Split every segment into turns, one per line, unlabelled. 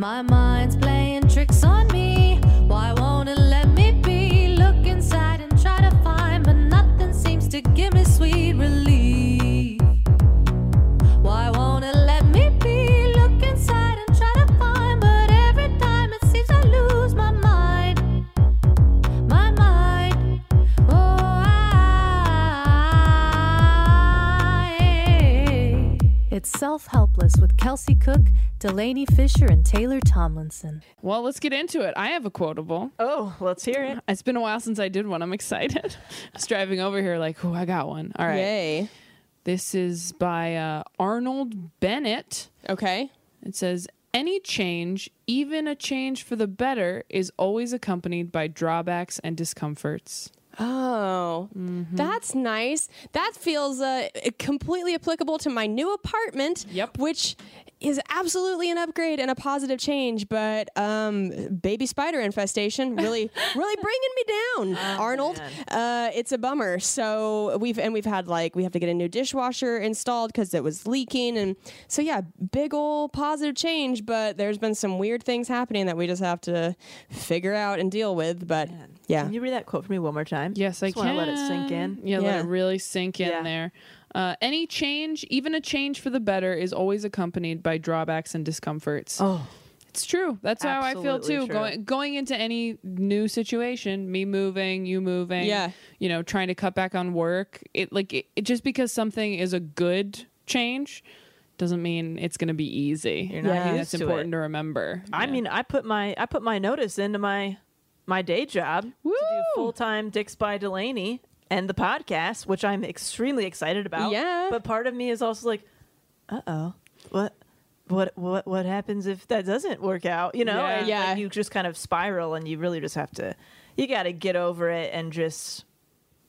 My mind's playing tricks on me. Why won't it let me be? Look inside and try to find, but nothing seems to give me sweet relief. Why won't it let me be? Look inside and try to find, but every time it seems I lose my mind. My mind. Oh, I. It's Self Helpless with Kelsey Cook, Delaney Fisher, and Taylor Tomlinson.
Well, let's get into it. I have a quotable.
Oh, let's hear it.
It's been a while since I did one. I'm excited. Just driving over here, like, oh, I got one. All right.
Yay.
This is by uh, Arnold Bennett.
Okay.
It says, Any change, even a change for the better, is always accompanied by drawbacks and discomforts.
Oh,
Mm-hmm.
that's nice. That feels uh, completely applicable to my new apartment.
Yep.
Which is absolutely an upgrade and a positive change, but um, baby spider infestation really, really bringing me down,
Oh,
Arnold. Uh, it's a bummer. So we've and we've had like we have to get a new dishwasher installed because it was leaking, and so yeah, big ol' positive change. But there's been some weird things happening that we just have to figure out and deal with. But yeah,
Can you read that quote for me one more time?
Yes, I
Just
can.
want to let it sink in.
Yeah,
Yeah.
let it really sink in
Yeah.
there. Uh, any change, even a change for the better, is always accompanied by drawbacks and discomforts.
Oh.
It's true. That's how I feel
Absolutely
too.
true.
Going going into any new situation, me moving, you moving,
Yeah.
you know, trying to cut back on work. It like it, it- just because something is a good change doesn't mean it's going to be easy.
You're not
I think
used
that's
to
important
it.
to remember.
I mean, I put my I put my notice into my my day job to do
Woo!
full time Dicks by Delaney and the podcast, which I'm extremely excited about.
Yeah.
But part of me is also like, uh oh, what what what what happens if that doesn't work out? You know,
Yeah.
And, like,
Yeah.
you just kind of spiral, and you really just have to you got to get over it and just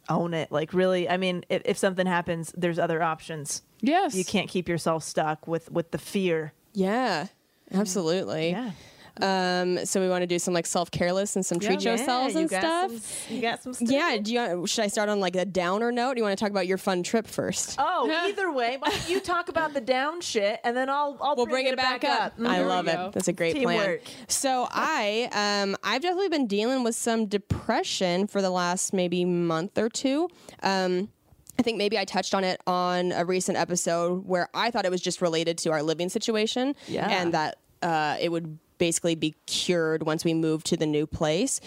own it. Like really, I mean, if, if something happens, there's other options.
yes.
You can't keep yourself stuck with with the fear.
Yeah, absolutely.
Mm. Yeah.
Um, so we want to do some like self careless and some treat yourselves
you
and
got
stuff.
some- you got some stuff.
yeah. Do you should I start on like a downer note? Do you want to talk about your fun trip first?
Oh, either way, why don't you talk about the down shit, and then I'll I'll
We'll bring it back up. Mm-hmm. I
Mm-hmm.
There we
love
go.
it. That's a great plan.
Teamwork.
So I, um, I've definitely been dealing with some depression for the last maybe month or two. Um, I think maybe I touched on it on a recent episode where I thought it was just related to our living situation
Yeah.
and that uh, it would basically be cured once we moved to the new place.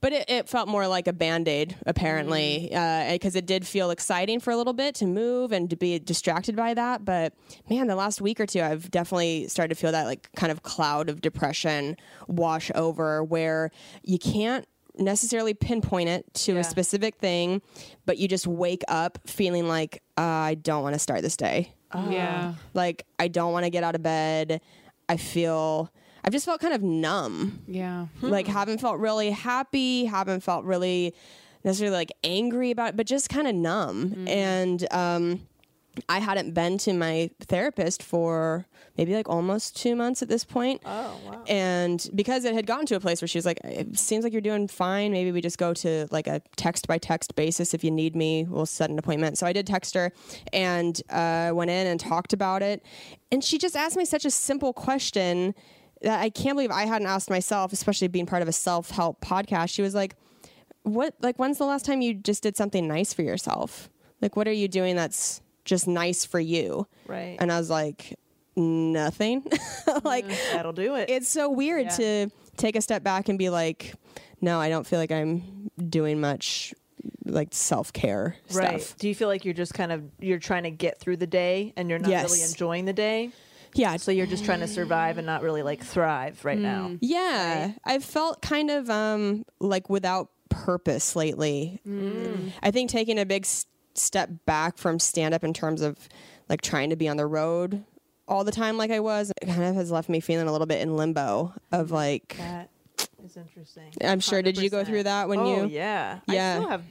But it, it felt more like a band aid, apparently, because it did feel exciting for a little bit to move and to be distracted by that. But man, the last week or two, I've definitely started to feel that like kind of cloud of depression wash over where you can't necessarily pinpoint it to a specific thing, but you just wake up feeling like, uh, I don't want to start this day.
Oh. yeah.
Like, I don't want to get out of bed. I feel, I've just felt kind of numb.
Yeah.
Like,
Hmm.
haven't felt really happy, haven't felt
Hmm.
really necessarily like angry about it, but just kind of numb. And, um, I hadn't been to my therapist for maybe like almost two months at this point.
Oh, wow.
And because it had gotten to a place where she was like, it seems like you're doing fine. Maybe we just go to like a text by text basis. If you need me, we'll set an appointment. So I did text her and uh, went in and talked about it. And she just asked me such a simple question that I can't believe I hadn't asked myself, especially being part of a self help podcast. She was like, what like when's the last time you just did something nice for yourself like what are you doing that's just nice for you
Right.
and i was like nothing like
That'll do it.
it's so weird to take a step back and be like no i don't feel like i'm doing much like self-care stuff
Do you feel like you're just kind of you're trying to get through the day and you're not really
Yes.
enjoying the day?
yeah
So you're just trying to survive and not really like thrive right
Mm.
now.
Yeah, i felt kind of um like without purpose lately.
Mm.
I think taking a big s- step back from stand up in terms of like trying to be on the road all the time like I was, it kind of has left me feeling a little bit in limbo of like
That is interesting.
I'm sure did you go through that when
oh,
you
yeah. I
Yeah.
still have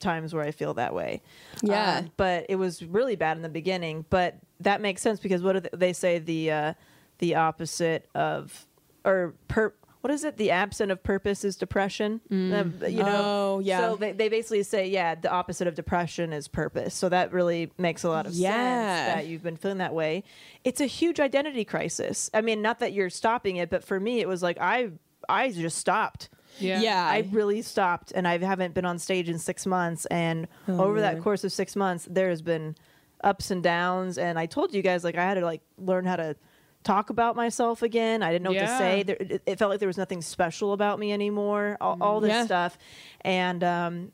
times where I feel that way.
Yeah.
Um, but it was really bad in the beginning. But that makes sense because what do they, they say the uh, the opposite of or per what is it? The absent of purpose is depression. Um, you know.
Mm. Oh, yeah.
So they, they basically say yeah, the opposite of depression is purpose. So that really makes a lot of sense
Yeah.
that you've been feeling that way. It's a huge identity crisis. I mean, not that you're stopping it, but for me, it was like I I just stopped.
Yeah.
Yeah.
I really stopped and I haven't been on stage in six months. And
Oh,
over that course of six months, there has been ups and downs. And I told you guys, like, I had to like learn how to talk about myself again. I didn't know what to
Yeah.
say. There, it, it felt like there was nothing special about me anymore. All, all this
Yeah.
stuff. And, um,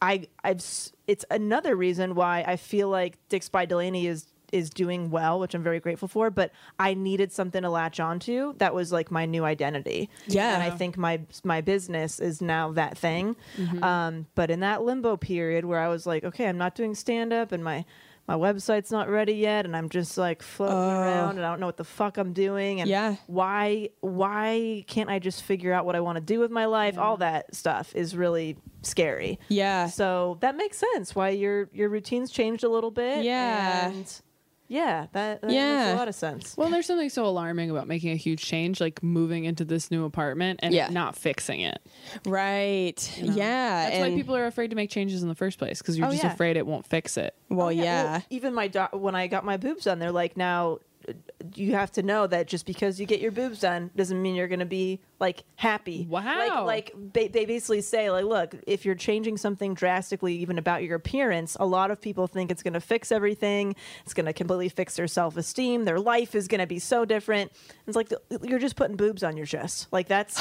I, I've, s- it's another reason why I feel like Dix by Delaney is is doing well, which I'm very grateful for. But I needed something to latch onto that was like my new identity.
Yeah.
and I think my my business is now that thing.
Mm-hmm.
Um, but in that limbo period where I was like, okay, I'm not doing stand up, and my my website's not ready yet, and I'm just like floating around, and I don't know what the fuck I'm doing, and
Oh. Yeah.
why why can't I just figure out what I want to do with my life? All that stuff is really scary.
Yeah.
So that makes sense why your your routine's changed a little bit.
Yeah.
And yeah, that, that makes a
Yeah.
lot of sense.
Well, there's something so alarming about making a huge change, like moving into this new apartment and
Yeah.
not fixing it.
right. Yeah.
That's
and,
why people are afraid to make changes in the first place because you're
Oh,
just
yeah.
afraid it won't fix it.
well,
Oh,
yeah.
well, even my doc- when I got my boobs done, they're like, now uh, you have to know that just because you get your boobs done doesn't mean you're going to be like happy.
Wow.
Like, like they, they basically say, like, look, if you're changing something drastically, even about your appearance, a lot of people think it's going to fix everything. It's going to completely fix their self esteem. Their life is going to be so different. It's like you're just putting boobs on your chest. Like that's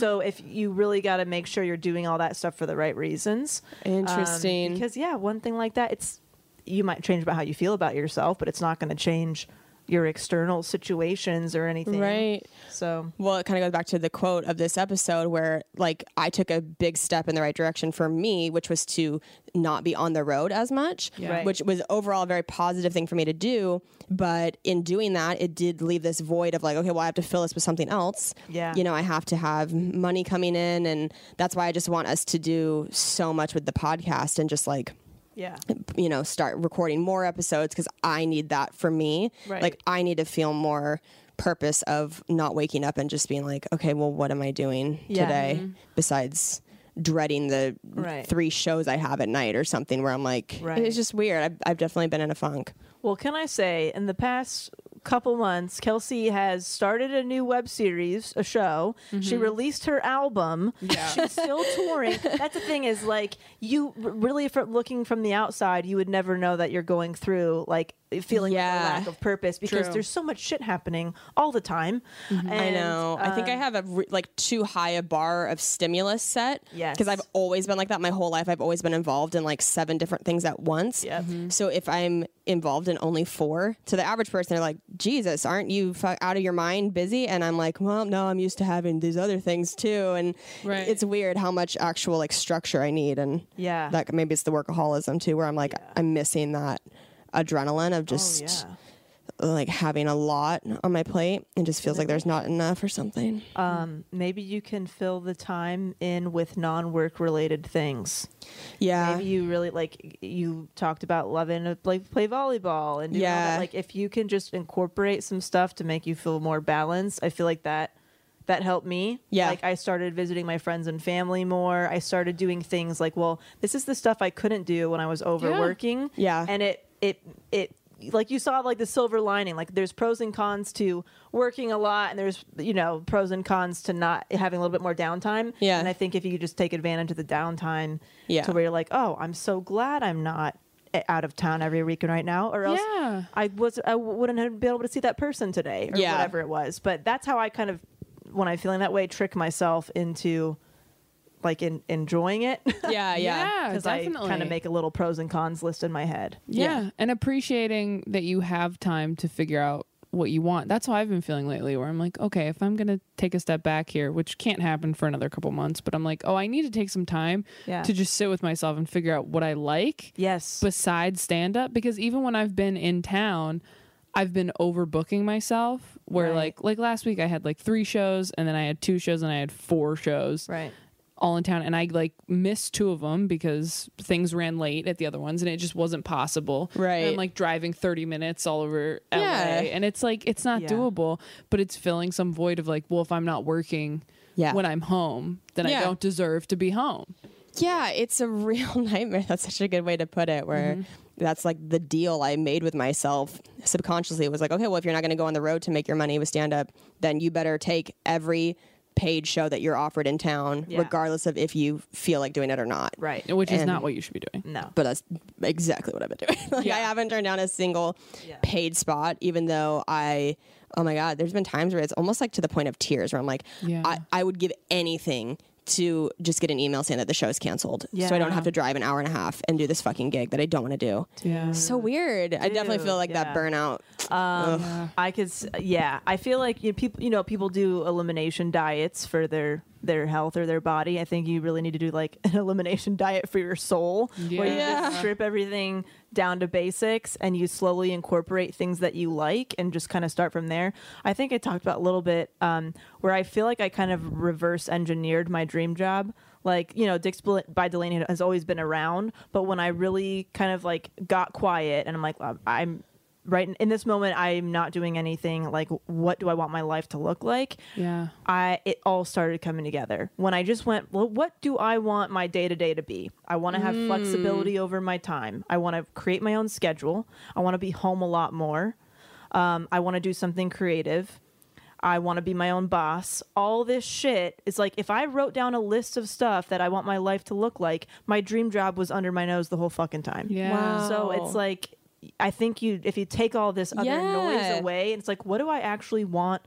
so. If you really got to make sure you're doing all that stuff for the right reasons. Um,
Interesting.
Because yeah, one thing like that, it's you might change about how you feel about yourself, but it's not going to change your external situations or anything.
Right.
So
Well, it kind of goes back to the quote of this episode where, like, I took a big step in the right direction for me, which was to not be on the road as much,
Right.
which was overall a very positive thing for me to do. But in doing that, it did leave this void of, like, okay, well, I have to fill this with something else.
Yeah.
You know, I have to have money coming in. And that's why I just want us to do so much with the podcast and just, like,
yeah,
you know start recording more episodes because i need that for me
Right.
like i need to feel more purpose of not waking up and just being like okay well what am i doing
Yeah. Mm-hmm.
today besides dreading the
Right.
three shows i have at night or something where i'm like
Right.
it's just weird I've, I've definitely been in a funk
Well, can I say, in the past couple months, Kelsey has started a new web series, a show. She
Mm-hmm.
released her album. She's still touring. That's the thing is, like, you r- really, from looking from the outside, you would never know that you're going through, like, feeling
Yeah.
like a lack of purpose because
True.
there's so much shit happening all the time.
Mm-hmm. I
And,
know. I think I
um,
have a re- like too high a bar of stimulus set.
Yes.
Because I've always been like that my whole life. I've always been involved in like seven different things at once. Mm-hmm.
Yep. Mm-hmm.
So if I'm involved in only four, to the average person, they're like, Jesus, aren't you fu- out of your mind busy? And I'm like, well, no, I'm used to having these other things too. And
Right.
it's weird how much actual like structure I need. And
Yeah.
that maybe it's the workaholism too, where I'm like, I'm missing that adrenaline of
Oh,
just
yeah.
like having a lot on my plate and just feels like there's not enough or something.
Um, maybe you can fill the time in with non-work related things.
yeah.
Maybe you really like you talked about loving to play, play volleyball and doing all that.
Yeah.
like if you can just incorporate some stuff to make you feel more balanced, I feel like that that helped me.
Yeah.
Like I started visiting my friends and family more. I started doing things like, well, this is the stuff I couldn't do when I was overworking.
Yeah.
And it it it like you saw like the silver lining. Like there's pros and cons to working a lot and there's you know, pros and cons to not having a little bit more downtime.
Yeah.
And I think if you could just take advantage of the downtime
Yeah.
to where you're like, oh, I'm so glad I'm not eh, out of town every weekend right now, or else
Yeah.
I was I w- wouldn't have been able to see that person today, or
Yeah.
whatever it was. But that's how I kind of, when I'm feeling that way, trick myself into like in, enjoying it.
yeah, yeah.
yeah,
Because I
definitely.
kind of make a little pros and cons list in my head.
yeah. and appreciating that you have time to figure out what you want. That's how I've been feeling lately, where I'm like, okay, if I'm gonna take a step back here, which can't happen for another couple months, but I'm like, oh, I need to take some time
Yeah.
to just sit with myself and figure out what I like.
Yes.
besides stand up because even when I've been in town, I've been overbooking myself where
Right.
like like last week I had like 3 shows and then I had 2 shows and I had 4 shows
right.
all in town and I like missed two of them because things ran late at the other ones and it just wasn't possible. And I'm
Right.
like driving 30 minutes all over LA
Yeah.
and it's like it's not
Yeah.
doable, but it's filling some void of like well if I'm not working
Yeah.
when I'm home, then I
Yeah.
don't deserve to be home.
Yeah, it's a real nightmare. That's such a good way to put it. Where
Mm-hmm.
that's like the deal I made with myself subconsciously. It was like, okay, well, if you're not going to go on the road to make your money with stand up, then you better take every paid show that you're offered in town,
Yeah.
regardless of if you feel like doing it or not.
Right.
Which is
And- Mm.
not what you should be doing.
No.
But that's exactly what I've been doing. like,
Yeah.
I haven't turned down a single paid spot, even though I, oh my God, there's been times where it's almost like to the point of tears where I'm like,
Yeah.
I, I would give anything to just get an email saying that the show is canceled. So I don't
Yeah.
have to drive an hour and a half and do this fucking gig that I don't want to do.
Yeah.
So weird. I definitely feel like
yeah.
that burnout.
Um, I could, s- yeah. I feel like you people, you know, people do elimination diets for their their health or their body. I think you really need to do like an elimination diet for your soul, where you
Yeah.
just strip everything down to basics and you slowly incorporate things that you like and just kind of start from there. I think I talked about a little bit um, where I feel like I kind of reverse engineered my dream job. Like you know, Dick's Bel- by Delaney has always been around, but when I really kind of like got quiet and I'm like, "Um, I'm right in- in this moment i'm not doing anything like what do i want my life to look like
Yeah.
i it all started coming together when i just went well what do i want my day to day to be i want to have flexibility over my time i want to create my own schedule i want to be home a lot more um, i want to do something creative i want to be my own boss all this shit is like if i wrote down a list of stuff that i want my life to look like my dream job was under my nose the whole fucking time
Yeah. Wow.
so it's like I think you if you take all this other
Yeah.
noise away, it's like what do I actually want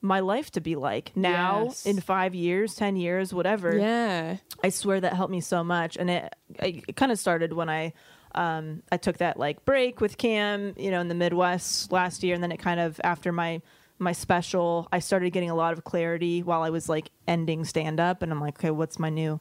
my life to be like now
Yes.
in 5 years, 10 years, whatever.
Yeah.
I swear that helped me so much, and it it kind of started when I um, I took that like break with Cam, you know, in the Midwest last year, and then it kind of after my my special, I started getting a lot of clarity while I was like ending stand up, and I'm like, okay, what's my new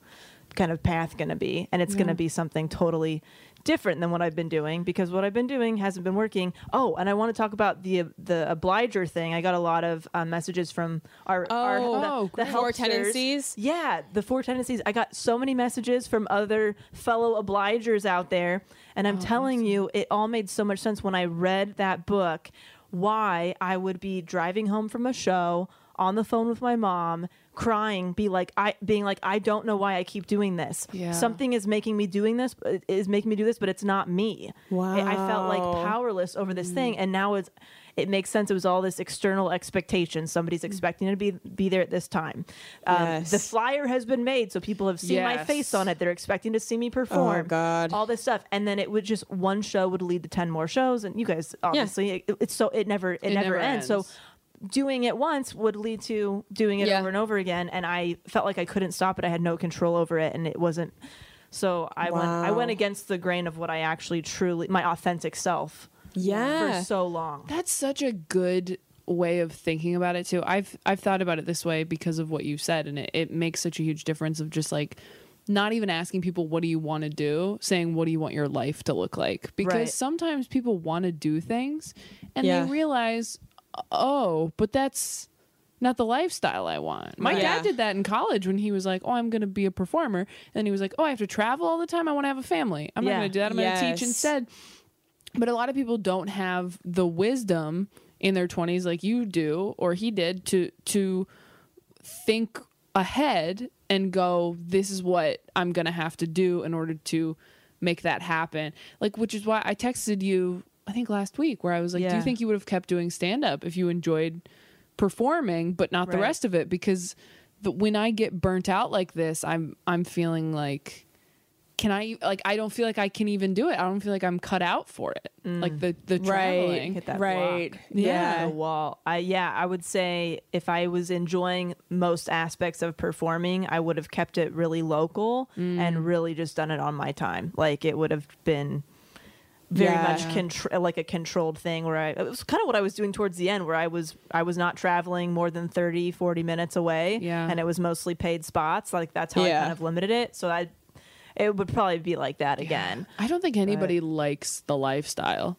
kind of path going to be? And it's going to be something totally different than what I've been doing because what I've been doing hasn't been working. Oh, and I want to talk about the the obliger thing. I got a lot of uh, messages from our our
Oh,
the,
oh,
the
great.
Four
helpsters.
tendencies?
Yeah, the four tendencies. I got so many messages from other fellow obligers out there, and I'm telling you, it all made so much sense when I read that book. Why I would be driving home from a show on the phone with my mom, crying, be like, I being like, I don't know why I keep doing this.
Yeah.
Something is making me doing this is making me do this, but it's not me. I- I felt like
Wow.
powerless over this thing, and now it's it makes sense. It was all this external expectation. Somebody's expecting to be be there at this time. Um, The
Yes.
flyer has been made, so people have seen my
Yes.
face on it. They're expecting to see me perform.
God.
All this stuff, and then it would just one show would lead to ten more shows, and you guys obviously it, it's so it never it, never,
never
ends.
ends.
So. Doing it once would lead to doing it
Yeah.
over and over again, and I felt like I couldn't stop it. I had no control over it, and it wasn't. So I went. I
Wow.
went against the grain of what I actually truly, my authentic self
Yeah.
for so long.
That's such a good way of thinking about it too. I've I've thought about it this way because of what you said and it, it makes such a huge difference of just like not even asking people what do you want to do saying what do you want your life to look like because
Right.
sometimes people want to do things and
Yeah.
they realize oh but that's not the lifestyle i want my
Right.
dad
Yeah.
did that in college when he was like oh i'm going to be a performer and then he was like oh i have to travel all the time i want to have a family i'm
Yeah.
not going to do that i'm going to teach
Yes.
instead but a lot of people don't have the wisdom in their 20s like you do or he did to to think ahead and go this is what i'm going to have to do in order to make that happen like which is why i texted you i think last week where i was like do
Yeah.
you think you would have kept doing stand up if you enjoyed performing but not the
Right.
rest of it because the, when i get burnt out like this i'm i'm feeling like can I like I don't feel like I can even do it. I don't feel like I'm cut out for it. Like the the traveling.
Mm. hit that
right.
block.
Yeah.
the wall i yeah i would say if i was enjoying most aspects of performing i would have kept it really local
Mm.
and really just done it on my time like it would have been very
Yeah.
much contr- like a controlled thing where i it was kind of what i was doing towards the end where i was i was not traveling more than 30 40 minutes away
Yeah.
and it was mostly paid spots like that's how i
Yeah.
kind of limited it so i it would probably be like that again
I don't think anybody likes the lifestyle.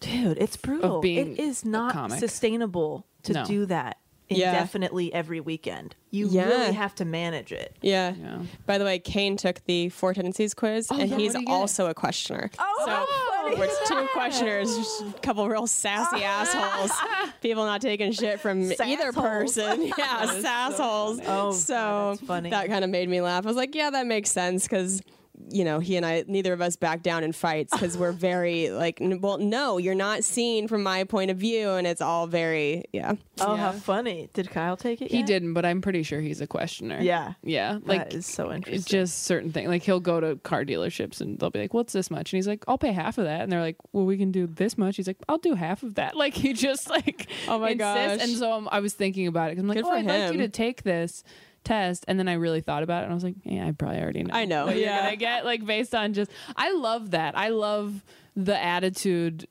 dude it's brutal
being
it is
a
not
comic.
sustainable to
No.
do that
Yeah.
indefinitely every weekend you
Yeah.
really have to manage it
Yeah.
Yeah.
By the way, Kane took the Four Tendencies quiz, and
yeah,
he's
what'd he get?
also a questioner.
oh
We're two questioners, just a couple real sassy assholes. People not taking shit from either
Sassholes.
person. Yeah, sassholes.
Oh,
so
God, that's funny.
that kind of made me laugh. I was like, yeah, that makes sense because. You know, he and I, neither of us back down in fights because we're very like, n- well, no, you're not seen from my point of view, and it's all very, yeah,
oh how funny did kyle take it
He
yet?
didn't, but I'm pretty sure he's a questioner.
Yeah.
Yeah.
That
Like
is so
it's
interesting
just certain thing. Like he'll go to car dealerships and they'll be like, "What's this much?" And he's like, "I'll pay half of that." And they're like, "Well, we can do this much." He's like, "I'll do half of that." Like he just like
Oh my gosh.
And so um, I was thinking about it 'cause I'm like,
Good
"Oh,
for
I'd like you
him.
to take this test." And then I really thought about it and I was like, "Yeah, I probably already know."
I know,
what you're
yeah.
gonna get like based on just I love that. I love the attitude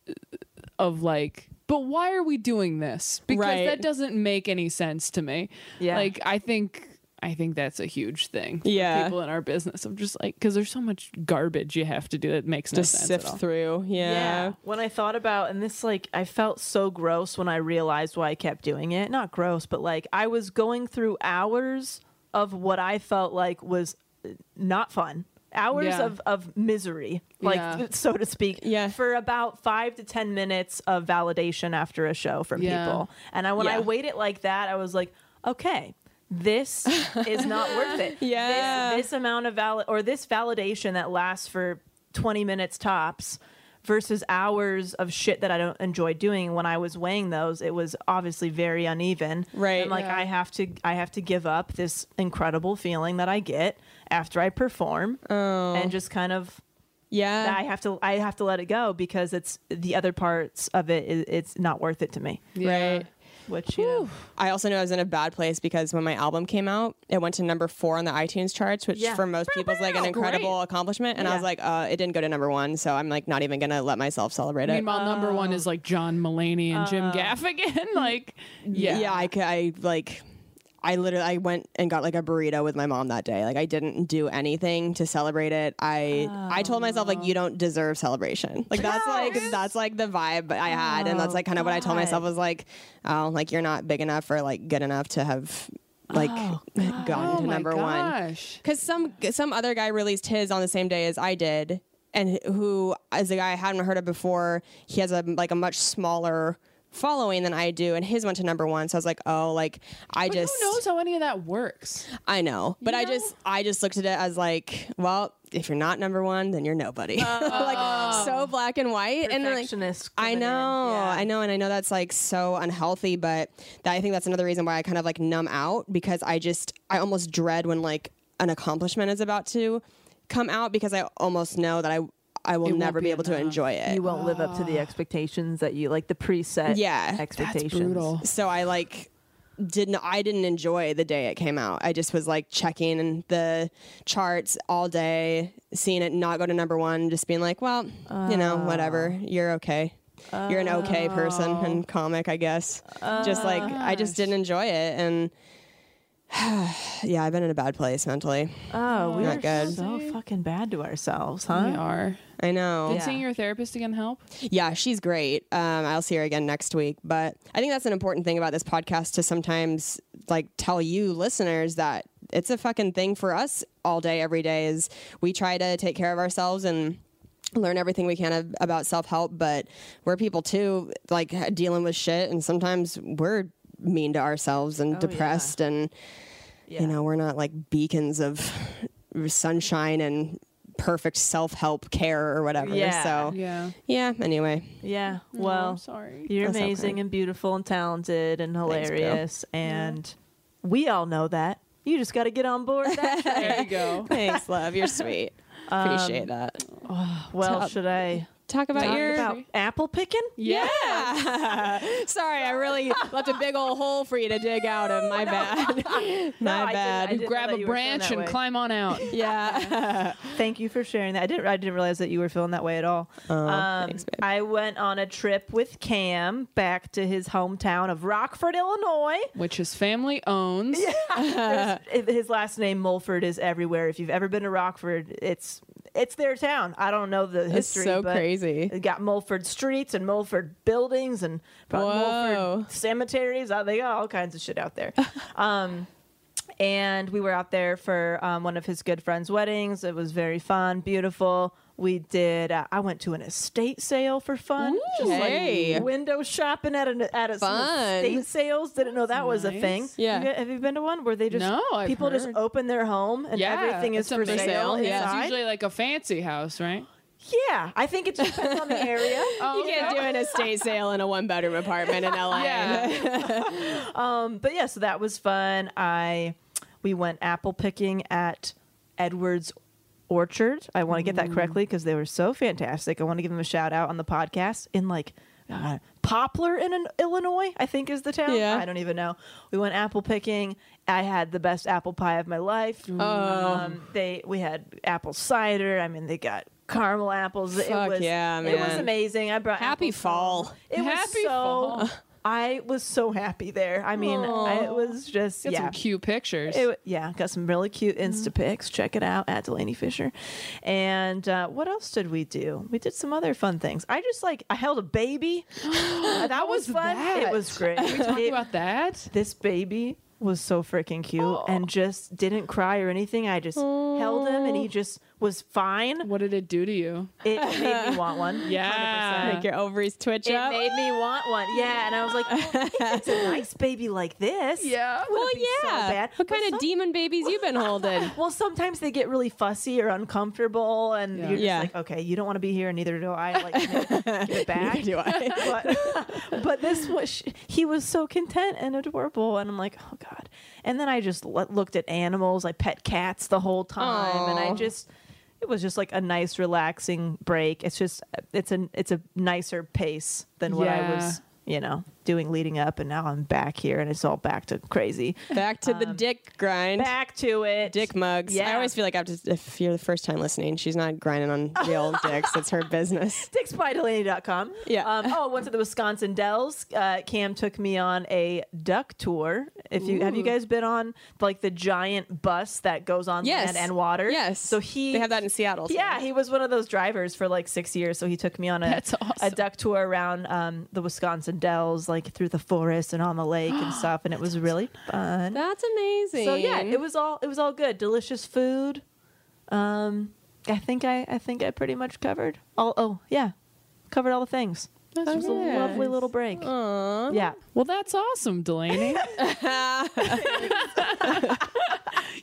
of like but why are we doing this because
Right.
that doesn't make any sense to me
Yeah.
like i think i think that's a huge thing for
Yeah.
people in our business i'm just like because there's so much garbage you have to do that makes no
just
sense
sift
at all.
through, yeah.
When I thought about and this like I felt so gross when I realized why I kept doing it. Not gross, but like I was going through hours of what I felt like was uh, not fun. Hours
Yeah.
of, of misery, like
Yeah.
so to speak,
Yeah.
for about five to 10 minutes of validation after a show from
Yeah.
people. And I, when I
Yeah.
weighed it like that, I was like, okay, this is not worth it.
Yeah.
This, this amount of valid or this validation that lasts for 20 minutes tops versus hours of shit that I don't enjoy doing when I was weighing those it was obviously very uneven
Right.
I'm like I have to I have to give up this incredible feeling that I get after I perform
Oh.
and just kind of
Yeah.
I have to I have to let it go because it's the other parts of it i- it's not worth it to me
yeah.
Right.
which you know,
I also knew I was in a bad place because when my album came out, it went to number four on the iTunes charts, which
Yeah.
for most people is like an incredible accomplishment. And I was
Yeah.
like, uh, it didn't go to number one, so I'm like not even gonna let myself celebrate it.
meanwhile number one is like john mulaney and jim gaffigan like yeah
yeah, I, c- I, like. I literally I went and got like a burrito with my mom that day. Like I didn't do anything to celebrate it. I I told myself
Oh.
like you don't deserve celebration. Like that's like that's like the vibe I had and
Oh,
that's like kind of what I told myself was like oh like you're not big enough or like good enough to have like gone
oh
to
my
number 1.
gosh
because some some other guy released his on the same day as I did, and who is a guy I hadn't heard of before. He has a like a much smaller following than I do, and his went to number one. So I was like, oh, like I
but
just
who knows how any of that works
I know, but I
know?
just I just looked at it as like, well, if you're not number one, then you're nobody. like
Oh.
so black and white, and then, like,
perfectionist
I
coming in.
know,
Yeah.
I know, and I know that's like so unhealthy, but that, I think that's another reason why I kind of like numb out because I just I almost dread when like an accomplishment is about to come out because I almost know that I I will
won't
never be,
be
able to
enough.
enjoy it.
Eh,
you won't live up to
ah.
the expectations that you like the preset
Yeah. That's
expectations
brutal
so I like didn't I didn't enjoy the day it came out. I just was like checking the charts all day, seeing it not go to number one, just being like, well, you know, whatever. You're okay. You're an okay person and comic, I guess. just like I just didn't enjoy it, and yeah, I've been in a bad place mentally.
Oh, we
Not
are
good.
so fucking bad to ourselves, huh?
We are.
I know.
Did seeing your therapist again help?
Yeah, she's great. Um, I'll see her again next week. But I think that's an important thing about this podcast to sometimes like tell you listeners that it's a fucking thing for us all day, every day. Is we try to take care of ourselves and learn everything we can ab- about self help, but we're people too, like ha- dealing with shit, and sometimes we're mean to ourselves and depressed, and you know we're not like beacons of sunshine and perfect self help care or whatever.
Yeah.
So
Yeah.
yeah. Anyway,
Yeah. Well,
Oh, I'm sorry.
you're
That's okay.
amazing and beautiful and talented and
Thanks, bro.
hilarious, and we all know that. You just got to get on board. That
There
train.
you go.
thanks, love. You're sweet. Appreciate that.
well, should I
Talk about
talk
your.
about apple picking?
Yeah.
Sorry, I really left a big old hole for you to dig out of. My bad.
I
My
didn't-
bad.
I didn't know
Grab
that
a
you were feeling
branch
that
and
way.
climb on out.
yeah.
Thank you for sharing that. I didn't. I didn't realize that you were feeling that way at all. um,
Oh, thanks, babe.
I went on a trip with Cam back to his hometown of Rockford, Illinois.
Which his family owns.
There's- his last name Mulford is everywhere. If you've ever been to Rockford, it's it's their town. I don't know the
It's
history.
so
but
crazy.
It got Mulford streets and Mulford buildings and probably
Whoa.
Mulford cemeteries. Uh, They got all kinds of shit out there. um, and we were out there for um, one of his good friends' weddings. It was very fun, beautiful. We did. Uh, I went to an estate sale for fun, just like
hey.
window shopping at an at a some
Fun.
estate sales. Didn't know that was a
nice.
thing.
Yeah.
You get- have you been to one where they just
No, I've
people just
heard.
open their home and everything is
it's a
for
big
sale?
yeah.
It's
inside?
usually like a fancy house, right?
yeah, I think it just depends on the area.
Oh,
You can't do an estate sale in a one bedroom apartment in LA.
Yeah.
Um, but yeah, so that was fun. I we went apple picking at Edwards Orchard. I want to get that correctly
Mm.
because they were so fantastic. I want to give them a shout out on the podcast in like uh, Poplar in an, Illinois, I think is the town.
Yeah.
I don't even know. We went apple picking. I had the best apple pie of my life.
Oh.
Um, they we had apple cider. I mean, they got caramel apples.
Fuck
it was
yeah,
it was
man.
amazing. I brought
Happy
apples
fall.
home. It was
Happy
so
fall.
I was so happy there. I mean, I, it was just
Got
yeah.
some cute Mm-hmm. pictures.
It, wa- yeah, got some really cute Insta pics. Check it out at Delaney Fisher. And uh, what else did we do? We did some other fun things. I just like I held a baby. that was, fun. It
that?
was great. We
Talk about Oh. that.
this baby was so freaking cute and just didn't cry or anything. I just held him and he just was fine.
What did it do to you?
It made me want one.
Yeah.
Make your ovaries twitch
It
up.
made me want one. Yeah, and I was like, oh, it's a nice baby like this.
Yeah.
Wouldn't
well,
be so
yeah.
bad.
What
But
kind
some-
of demon babies you been holding?
Well, sometimes they get really fussy or uncomfortable, and you're just
Yeah.
like, okay, you don't want to be here, and neither do I. Like, give it back.
do I?
But, but this was sh- he was so content and adorable, and I'm like, oh god. And then I just lo- looked at animals. I pet cats the whole time, and I
Aw.
just. It was just like a nice, relaxing break. It's just, it's a, it's a nicer pace than what I was, you know, doing leading up, and now I'm back here, and it's all back to crazy,
Back to the dick grind.
back to it.
Dick mugs.
Yeah.
I always feel like I have to, if you're the first time listening, she's not grinding on real dicks. It's her business.
DicksByDelaney.com.
Yeah.
Um, oh, I went to the Wisconsin Dells. Uh, Cam took me on a duck tour. If you have you guys been on like the giant bus that goes on
Yes.
land and water?
Yes.
So he
They have that in Seattle. too.
Yeah, he was one of those drivers for like six years. So he took me on a,
That's awesome.
a duck tour around um, the Wisconsin Dells, like through the forest and on the lake and stuff. And it was really fun.
That's amazing.
So yeah, it was all it was all good. Delicious food. Um, I think I I think I pretty much covered all. Oh yeah, covered all the things. That was a lovely little break. Yeah,
Well, that's awesome, Delaney.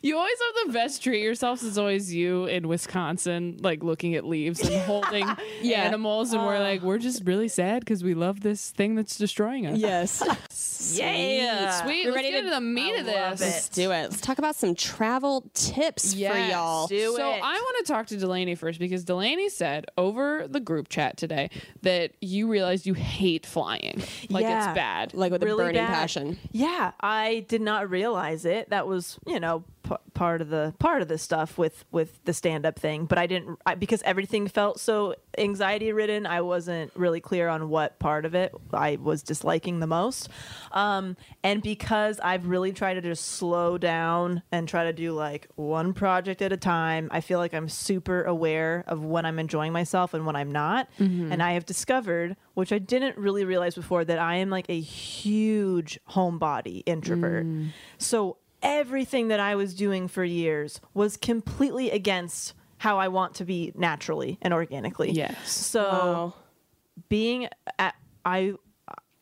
you always have the best treat yourselves. It's always you in Wisconsin, like looking at leaves and holding
Yeah.
animals, and we're
Uh.
like, we're just really sad because we love this thing that's destroying us.
Yes.
Sweet. Sweet.
We're
Let's
ready
get
to-
to the meat
I
of
love
this.
it.
Let's do it. Let's talk about some travel tips
Yes.
for y'all.
do
so
it.
I want to talk to Delaney first because Delaney said over the group chat today that you realized you hate flying. Like
Yeah.
it's bad.
Like with
Really
a burning
bad.
passion.
yeah. I did not realize it. That was you know p- part of the part of the stuff with with the stand up thing, but I didn't I, because everything felt so anxiety ridden. I wasn't really clear on what part of it I was disliking the most, um, and because I've really tried to just slow down and try to do like one project at a time, I feel like I'm super aware of when I'm enjoying myself and when I'm not, and I have discovered which I didn't really realize before that I am like a huge homebody introvert. So everything that I was doing for years was completely against how I want to be naturally and organically.
Yes.
So
Wow.
being at, I
You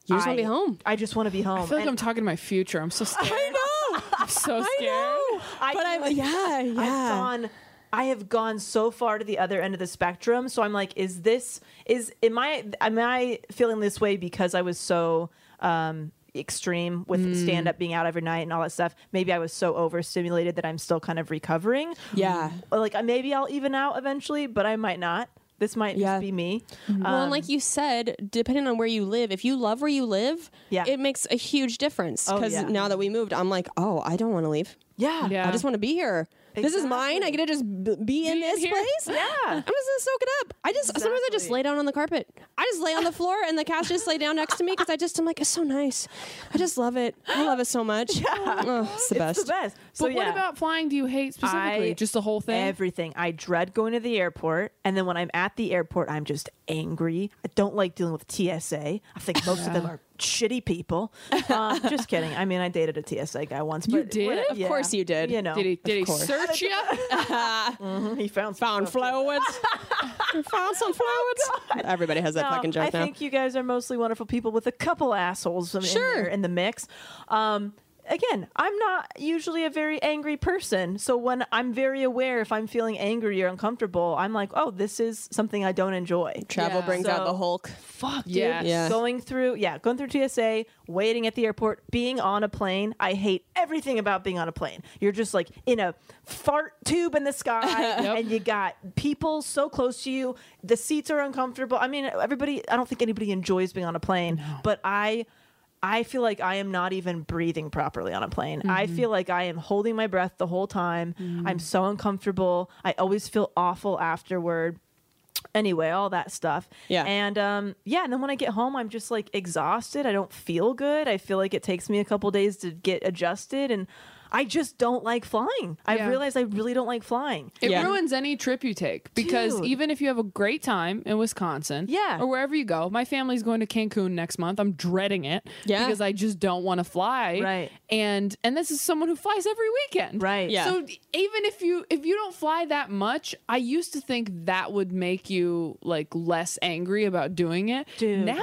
just want to
I-
be home.
I just want to be home.
I feel like
Um, And
I'm talking to my future. I'm so scared.
know.
I'm so scared.
I
But I'm
feel like
yeah,
I've
yeah.
gone I have gone so far to the other end of the spectrum. So I'm like, is this is am I am I feeling this way because I was so um extreme with stand up being out every night and all that stuff. Maybe I was so overstimulated that I'm still kind of recovering.
Yeah.
Or, Like uh, maybe I'll even out eventually, but I might not. This might
Yeah. Mm-hmm.
just be me. Um,
well, and like you said, depending on where you live, if you love where you live,
Yeah.
it makes a huge difference.
Oh,
Because
yeah.
now that we moved, I'm like, oh, I don't want to leave.
Yeah.
Yeah.
I just want to be here. This is mine. I get to just b- be in
Be in
this
here.
place. Yeah. I'm just gonna soak it up. I just sometimes I just
Exactly.
lay down on the carpet. I just lay on the floor and the couch just lay down next to me because I just I'm like it's so nice. I just love it. I love it so much. Oh, it's the best.
It's the best. So
But what
yeah.
about flying? Do you hate specifically?
I-
Just the whole thing.
Everything. I dread going to the airport. And then when I'm at the airport, I'm just angry. I don't like dealing with TSA. I think most of them are shitty people. Um, just kidding. I mean, I dated a TSA guy once. But
You did?
whatever-
Of
yeah.
course you did.
You know,
did he did he
course.
search you?
he found some
Found
stuff, too.
flowers. Found some flowers. Everybody has that
No,
fucking joke
Um, I
now.
think you guys are mostly wonderful people with a couple assholes in, in
Sure.
there in the mix. Um, again, I'm not usually a very angry person, so when I'm very aware if I'm feeling angry or uncomfortable, I'm like, oh, this is something I don't enjoy.
Travel
Yeah.
brings out the
So-
Hulk.
Fuck, dude.
Yes.
Yeah.
Going through, yeah, going through TSA, waiting at the airport, being on a plane. I hate everything about being on a plane. You're just like in a fart tube in the sky, and you got people so close to you. The seats are uncomfortable. I mean, everybody. I don't think anybody enjoys being on a plane, but I. I feel like I am not even breathing properly on a plane. I
Mm-hmm.
feel like I am holding my breath the whole time.
Mm.
I'm so uncomfortable. I always feel awful afterward anyway all that stuff
Yeah.
and um yeah and then when i get home i'm just like exhausted i don't feel good i feel like it takes me a couple days to get adjusted and i just don't like flying i
Yeah.
realized i really don't like flying
It
Yeah.
ruins any trip you take because
Dude.
even if you have a great time in Wisconsin,
Yeah.
or wherever you go, my family's going to Cancun next month. I'm dreading it,
Yeah.
because I just don't want to fly,
Right.
And and this is someone who flies every weekend,
Right.
Yeah.
So even if you if you don't fly that much, I used to think that would make you like less angry about doing it.
Dude.
Now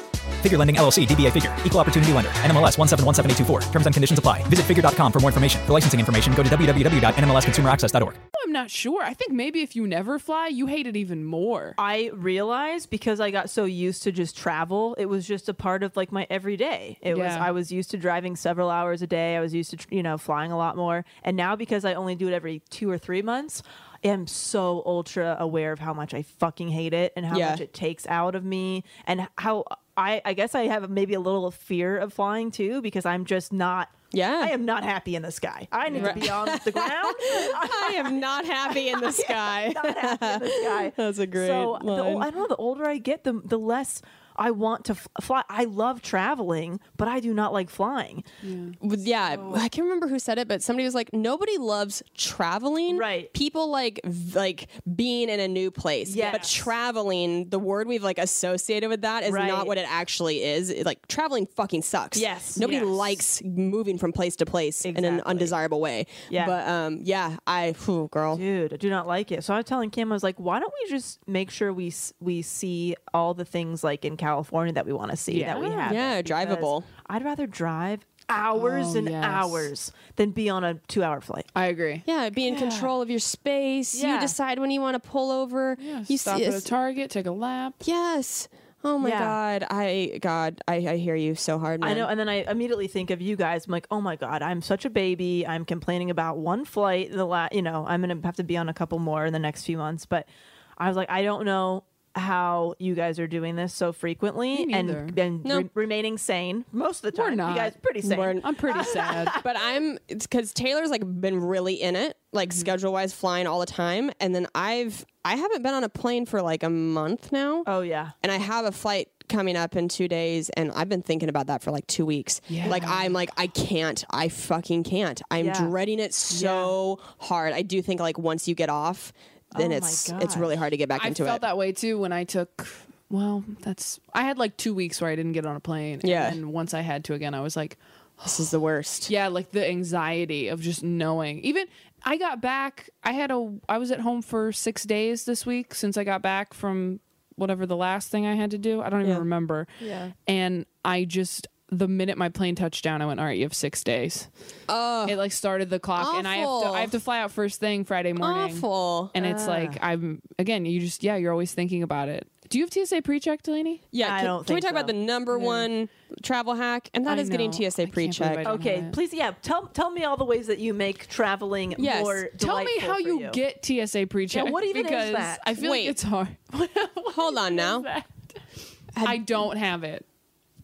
Figure Lending LLC, DBA Figure, Equal Opportunity Lender, NMLS 1717824. Terms and conditions apply. Visit figure.com for more information. For licensing information, go to www.nmlsconsumeraccess.org.
I'm not sure. I think maybe if you never fly, you hate it even more.
I realized because I got so used to just travel, it was just a part of like my everyday. It was
Yeah.
I was used to driving several hours a day. I was used to tr- you know flying a lot more, and now because I only do it every two or three months, I'm so ultra aware of how much I fucking hate it and how
Yeah.
much it takes out of me and how. I, I guess I have maybe a little fear of flying too because I'm just not.
Yeah.
I am not happy in the sky. I need to be on the ground.
I am not happy in the sky.
not happy in the sky.
That's a great
So the,
line.
I don't know. The older I get, the the less I want to f- fly. I love traveling, but I do not like flying.
With- yeah i can't remember who said it but somebody was like nobody loves traveling
Right.
people like v- like being in a new place but
Yes.
traveling the word we've like associated with that is
Right.
not what it actually is It- like traveling fucking sucks
Yes,
nobody
yes.
likes moving from place to place in an
Exactly.
undesirable way
Yeah.
but um yeah i whew, girl
Dude, I do not like it. So I was telling Kim, I was like, why don't we just make sure we s- we see all the things like in California that we want to see that we have.
Yeah, drivable.
I'd rather drive hours
Oh,
and
yes.
hours than be on a two-hour flight.
I agree.
yeah, be in control of your space.
Yeah.
You decide when you want to pull over. you
Stop
see-
at a Target, take a lap.
Yes. Oh my
Yeah.
God. I God. I, I hear you so hard. Man.
I know, and then I immediately think of you guys. I'm like, oh my god, I'm such a baby. I'm complaining about one flight. The la- you know, I'm gonna have to be on a couple more in the next few months. But I was like, I don't know how you guys are doing this so frequently
Me
and
neither.
and re- remaining sane most of the
We're
time.
not.
You guys pretty sane.
We're-
I'm pretty sad.
but I'm because Taylor's like been really in it, like
Mm-hmm.
schedule wise, flying all the time, and then I've I haven't been on a plane for like a month now,
oh yeah,
and I have a flight coming up in two days, and I've been thinking about that for like two weeks.
Yeah.
Like I'm like I can't, I fucking can't. I'm
Yeah.
dreading it so hard. I do think like once you get off, then
Oh my
it's it's really
gosh.
hard to get back
I
into
felt
it.
that way too when I took. Well, that's I had like two weeks where I didn't get on a plane.
Yeah.
and then once I had to again, I was like,
this is the worst.
yeah, like the anxiety of just knowing. Even I got back. I had a. I was at home for six days this week since I got back from whatever the last thing I had to do. I don't even remember. Yeah, and I just. The minute my plane touched down, I went, "All right, you have six days." Oh, it like started the clock, and I have to
Awful.
I have to fly out first thing Friday morning.
Awful.
And it's like I'm again. You just yeah. You're always thinking about it. Do you have TSA pre-check, Delaney?
Yeah,
I
can,
don't
can we
think
talk about
so.
the number one travel hack? And that
Mm-hmm. I
is getting
know.
TSA
I can't
pre
believe I
check.
don't
okay.
know that.
Please, yeah. Tell tell me all the ways that you make traveling
Yes.
more.
Tell me
delightful
how
for
you, get TSA pre-check.
Yeah, what even is
because
that?
I feel
Wait.
like it's hard.
Oh,
Hold on now.
I don't have it.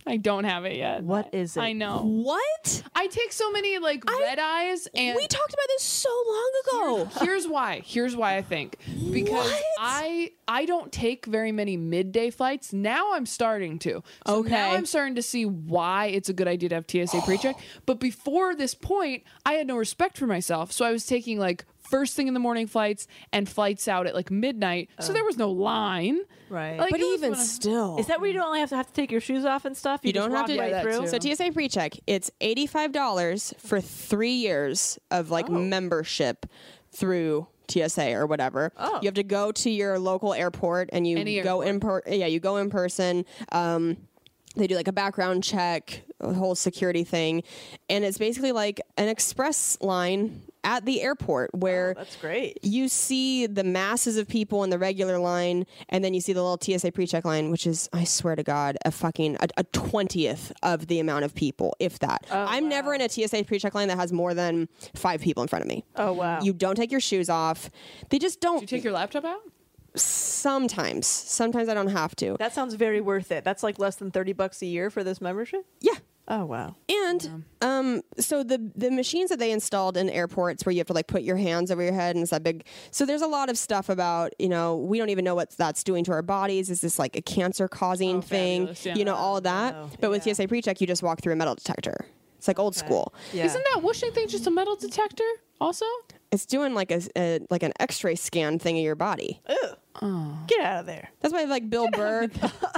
I don't have it yet.
What is it?
I know.
What?
I take so many like red eyes and
we talked about this so long ago.
here's why. Here's why I think because I I don't take very many midday flights. Now I'm starting to. So Now
Okay.
I'm starting to see why it's a good idea to have TSA pre-check. But before this point, I had no respect for myself, so I was taking like first thing in the morning flights and flights out at like midnight. So there was no line.
Right.
Like,
but
it was
even
one of-
still,
Is that where you don't have to have to take your shoes off and stuff? You,
you
just
don't have
walk
to
right
that
through.
too.
So TSA pre check, it's eighty five dollars for three years of
Oh.
like membership through. TSA or whatever. Oh. You have to go to your local airport and you
Any
go in per- yeah, you go in person. Um they do like a background check, a whole security thing, and it's basically like an express line at the airport where
Oh, That's great.
you see the masses of people in the regular line, and then you see the little TSA pre-check line, which is, I swear to God, a fucking a- a twentieth of the amount of people, if that. I'm never in a TSA pre-check line that has more than five people in front of me.
Oh wow.
You don't take your shoes off. They just don't.
Do you take your laptop out?
sometimes. Sometimes I don't have to.
That sounds very worth it. That's like less than 30 bucks a year for this membership?
yeah.
Oh, wow.
And um, so the the machines that they installed in airports where you have to like put your hands over your head and it's that big. So there's a lot of stuff about you know we don't even know what that's doing to our bodies. Is this like a cancer causing thing?
Oh, fabulous, yeah. Oh,
You know all of that. But with TSA PreCheck, you just walk through a metal detector. It's like old school.
Yeah.
Isn't that whooshing thing just a metal detector? Also,
It's doing like a, a like an X-ray scan thing of your body.
Get out of there.
That's why like Bill Burr,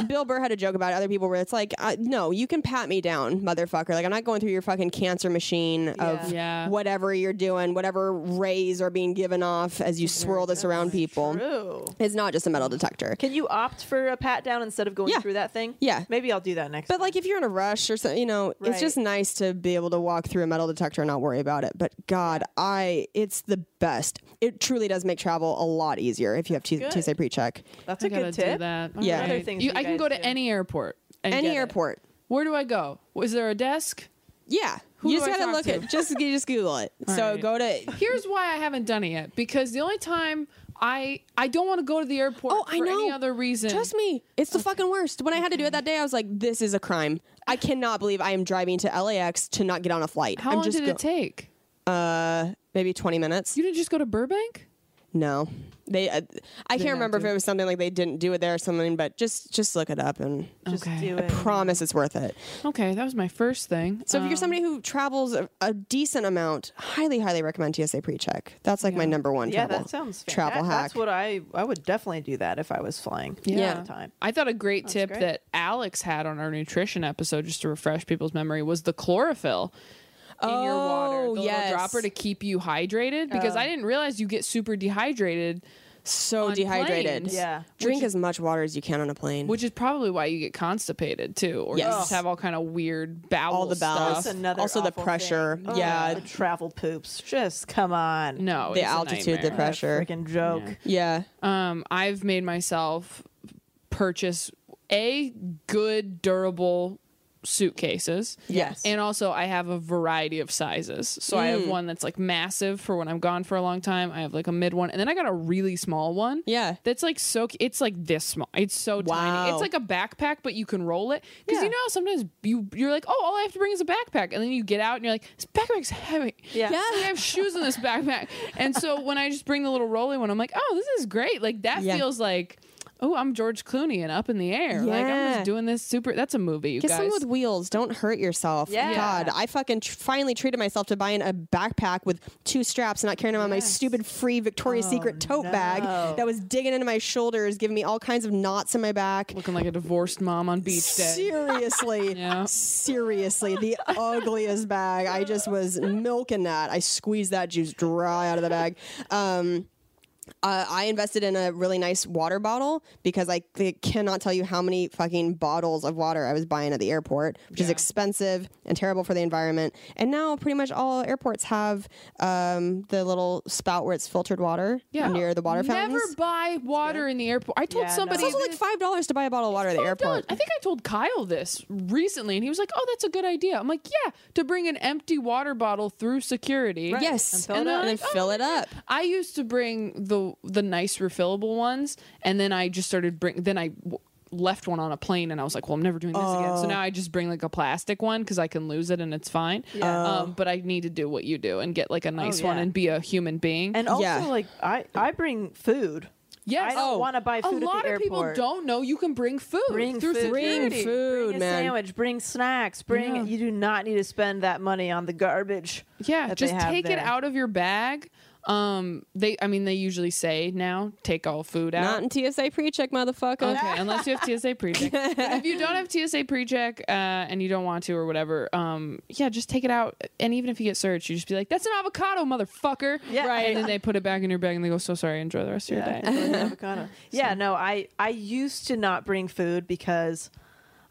Bill Burr had a joke about it, other people where it's like, uh, no, you can pat me down, motherfucker. Like I'm not going through your fucking cancer machine of
Yeah.
whatever you're doing, whatever rays are being given off as you swirl this around people.
True.
It's not just a metal detector.
Can you opt for a pat down instead of going
Yeah.
through that thing?
Yeah.
Maybe I'll do that next
But like if you're in a rush or something, you know,
Right.
it's just nice to be able to walk through a metal detector and not worry about it. But God, I it's the best. It truly does make travel a lot easier if you have T- TSA pre-check.
That's
I
a
gotta
good tip.
do that.
Yeah.
All
Other
things
You-
that you
I can
guys
go to
do.
any airport. and
Any
get it.
airport.
Where do I go? Is there a desk?
Yeah.
Who
you
do
just
I
gotta
talk
look
to?
at just you just Google it. so
right.
go to
Here's why I haven't done it yet because the only time I I don't want to go to the airport
Oh,
for
I know.
any other reason.
Trust me, it's the fucking worst. When I had to do it that day, I was like, "This is a crime. I cannot believe I am driving to LAX to not get on a flight."
How
I'm
long
just
did
go-
it take?
Uh, maybe twenty minutes.
You didn't just go to Burbank?
No, they. Uh, I can't remember if
do
it was something like they didn't do it there or something, but just just look it up and
Just
Okay.
do
Oh, I
it.
promise it's worth it.
Okay, that was my first thing.
So if
Um,
you're somebody who travels a, a decent amount, highly highly recommend TSA PreCheck. That's like my number one.
Yeah,
travel,
that sounds fantastic.
travel hack.
That's what I I would definitely do that if I was flying.
Yeah.
all the time.
I thought a great tip
great.
that Alex had on our nutrition episode, just to refresh people's memory, was the chlorophyll in your water, the
Oh,
little
yes. Oh.
dropper to keep you hydrated. Because I didn't realize you get super dehydrated,
so
on
dehydrated.
planes.
Yeah.
drink as much water as you can on a plane.
which is probably why you get constipated too, or you
Yes.
just have all kind of weird bowel
all the
stuff.
bowels,
That's another
also the
awful
pressure.
thing. Ugh,
Yeah,
the travel poops. Just come on.
No,
the
it's a
altitude, the
nightmare.
pressure.
freaking joke.
Yeah,
um, I've made myself purchase a good durable suitcases.
Yes. Mm.
And also I have a variety of sizes. So I have one that's like massive for when I'm gone for a long time. I have like a mid one and then I got a really small one.
Yeah.
That's like so cu- it's like this small. It's so tiny.
Wow.
It's like a backpack but you can roll it cuz you know how sometimes you you're like, "Oh, all I have to bring is a backpack." And then you get out and you're like, "This backpack's heavy."
Yeah.
I have shoes in this backpack. And so when I just bring the little rolly one, I'm like, oh, this is great. Like that
Yeah.
feels like, oh, I'm George Clooney and up in the air. Like I'm
Yeah.
just doing this super. That's a movie, you
Get
guys.
some with wheels. Don't hurt yourself.
Yeah.
God, I fucking tr- finally treated myself to buying a backpack with two straps and not carrying them on my stupid free Victoria's Secret tote bag that was digging into my shoulders, giving me all kinds of knots in my back.
Looking like a divorced mom on beach day.
Seriously,
Yeah.
seriously, the ugliest bag. I just was milking that. I squeezed that juice dry out of the bag. Um, uh, I invested in a really nice water bottle because I c- cannot tell you how many fucking bottles of water I was buying at the airport, which is expensive and terrible for the environment. And now pretty much all airports have um, the little spout where it's filtered water near the water fountains.
Never buy water in the airport. I told
Yeah, no.
somebody.
it's also like
this-
five dollars to buy a bottle of water at the airport.
I think I told Kyle this recently, and he was like, "Oh, that's a good idea." I'm like, "Yeah, to bring an empty water bottle through security."
Yes, and
fill it up.
then
Like, oh,
fill it up.
I used to bring the the nice refillable ones, and then I just started bring. Then I w- left one on a plane, and I was like, "Well, I'm never doing this again." So
Oh.
now I just bring like a plastic one because I can lose it and it's fine. Um, but I need to do what you do and get like a nice
Oh.
one
yeah.
and be a human being.
And also,
Yeah. Oh.
like I, I bring food.
yes, Oh.
I don't want to buy
a
food at
lot
the
of people
airport.
don't know you can bring food
bring
through
food.
security.
food,
bring a
man.
sandwich. Bring snacks. Bring. You do not need to spend that money on the garbage.
Yeah,
that they
just
have
take
there.
it out of your bag. Um, they, I mean, they usually say now take all food out.
Not in TSA pre-check, motherfucker.
Okay, unless you have TSA pre-check. But if you don't have TSA pre-check uh, and you don't want to or whatever, um, yeah, just take it out. And even if you get searched, you just be like, "That's an avocado, motherfucker!"
Yeah.
right. And then they put it back in your bag and they go, "So sorry, enjoy the rest of your
Yeah,
day."
enjoy the avocado. Yeah, no, I I used to not bring food because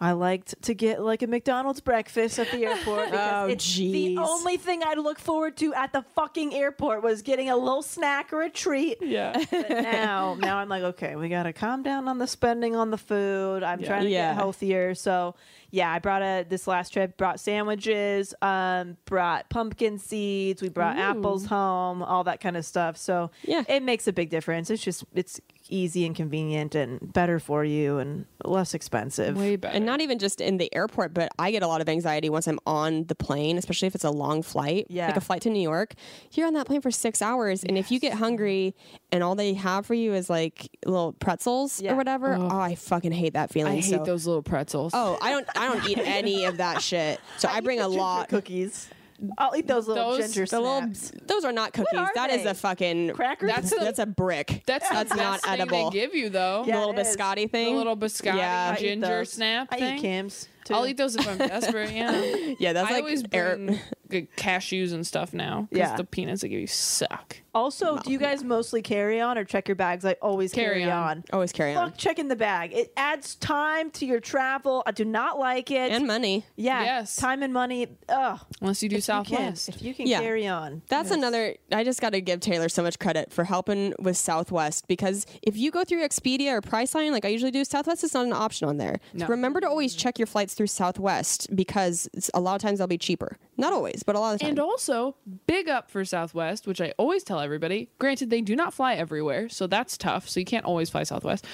I liked to get like a McDonald's breakfast at the airport because
Oh,
it's
jeez.
the only thing I look forward to at the fucking airport was getting a little snack or a treat.
Yeah,
But now now I'm like, okay, we gotta calm down on the spending on the food. I'm trying to
Yeah.
get healthier. So yeah, I brought a this last trip, brought sandwiches, um, brought pumpkin seeds, we brought apples home, all that kind of stuff. So
Yeah.
it makes a big difference. It's just it's easy and convenient and better for you and less expensive.
way better.
And not even just in the airport, but I get a lot of anxiety once I'm on the plane, especially if it's a long flight.
Yeah.
Like a flight to New York. You're on that plane for six hours. And if you get hungry and all they have for you is like little pretzels
Yeah.
or whatever, oh. I fucking hate that feeling.
I hate
so.
those little pretzels.
Oh, I don't I don't eat any of that shit. So I, bring a
Ginger
lot.
cookies. I'll eat those little
Those-
ginger
The little,
snaps.
those are not cookies.
are
That is
they?
a fucking
Crackers?
That's a, that's a brick.
that's the
that's not
best thing
edible.
They give you though.
Yeah,
the little
it is.
biscotti
The
thing.
little biscotti
Yeah.
I
I
eat
ginger
those.
snap
I
thing.
eat Kim's. Too.
I'll eat those if I'm desperate. Yeah.
Yeah, that's
I
like
always
air-
bring good cashews and stuff now because
Yeah.
the peanuts they give you suck.
Also, do you guys mostly carry on or check your bags? I always carry,
Carry on.
on.
Always carry on.
Fuck checking the bag. It adds time to your travel. I do not like it.
and money.
yeah,
Yes.
time and money. Ugh.
Unless you do
You can,
Southwest.
if you can
Yeah.
carry on.
That's another. I just got to give Taylor so much credit for helping with Southwest because if you go through Expedia or Priceline, like I usually do, Southwest is not an option on there. So remember to always check your flights through Southwest because it's, a lot of times they'll be cheaper. Not always, but a lot of times.
And also, big up for Southwest, which I always tell everybody. Granted, they do not fly everywhere, so that's tough. So you can't always fly Southwest.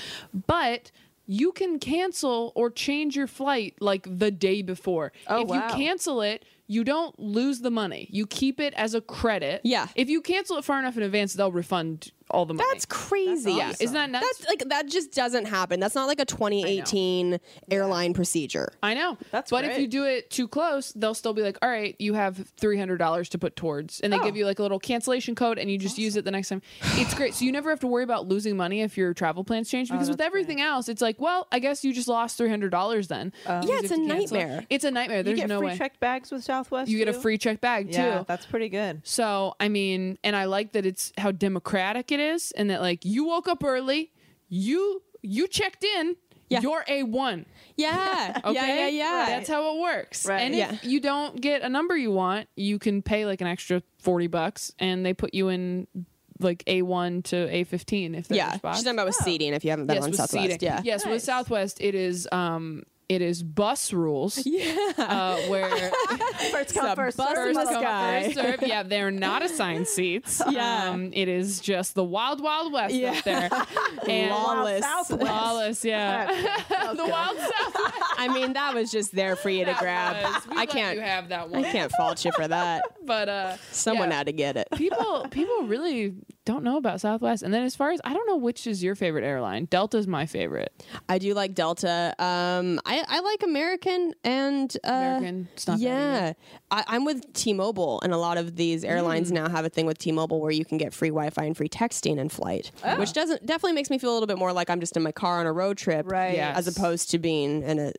But you can cancel or change your flight like the day before. Oh, if
wow.
you cancel it, you don't lose the money. You keep it as a credit.
Yeah.
If you cancel it far enough in advance, they'll refund all the money.
That's crazy.
Yeah, awesome. isn't that nuts?
That's like that just doesn't happen. That's not like a 2018 airline procedure.
I know.
That's
but if
great.
you do it too close, they'll still be like, "All right, you have three hundred dollars to put towards," and they
Oh.
give you like a little cancellation code, and you just use it the next time. It's great, so you never have to worry about losing money if your travel plans change.
Oh,
Because with everything else, it's like, well, I guess you just lost three hundred dollars then.
yeah, it's a nightmare.
It's a nightmare. There's
Oh. you get
no
free
way
checked bags with Southwest.
you get a
too?
free check bag
Yeah,
too.
that's pretty good.
So I mean, and I like that it's how democratic it is, and that like you woke up early, you you checked in,
Yeah.
you're a one.
Yeah.
Okay?
Yeah. Yeah. Yeah.
That's how it works.
Right.
And
Yeah.
if you don't get a number you want, you can pay like an extra 40 bucks and they put you in like A1 to A15 if there's
yeah.
a
She's
spot.
talking about with seating. If you haven't been
yes,
on
with
Southwest,
seating.
yeah.
Yes, with Southwest it is um it is bus rules. Yeah. Uh, where
First come, first
bus
serve.
in the
come,
sky.
first serve. Yeah, they're not assigned seats.
Yeah.
Um, it is just the wild, wild west
Yeah.
up there. And
Lawless.
Southwest.
Lawless, yeah. the wild south.
I mean, that was just there for you to grab.
Yes, we
I
let You
can't.
have that
I
one.
can't fault you for that.
But uh,
Someone
yeah.
had to get it.
people people really don't know about Southwest. And then as far as I don't know which is your favorite airline. Delta's my favorite.
I do like Delta. Um, I, I like American and uh,
American. It's not bad
yeah, I, I'm with T-Mobile, and a lot of these airlines
Mm.
now have a thing with T-Mobile where you can get free Wi-Fi and free texting in flight,
Oh.
which doesn't definitely makes me feel a little bit more like I'm just in my car on a road trip,
Right.
Yes.
As opposed to being in a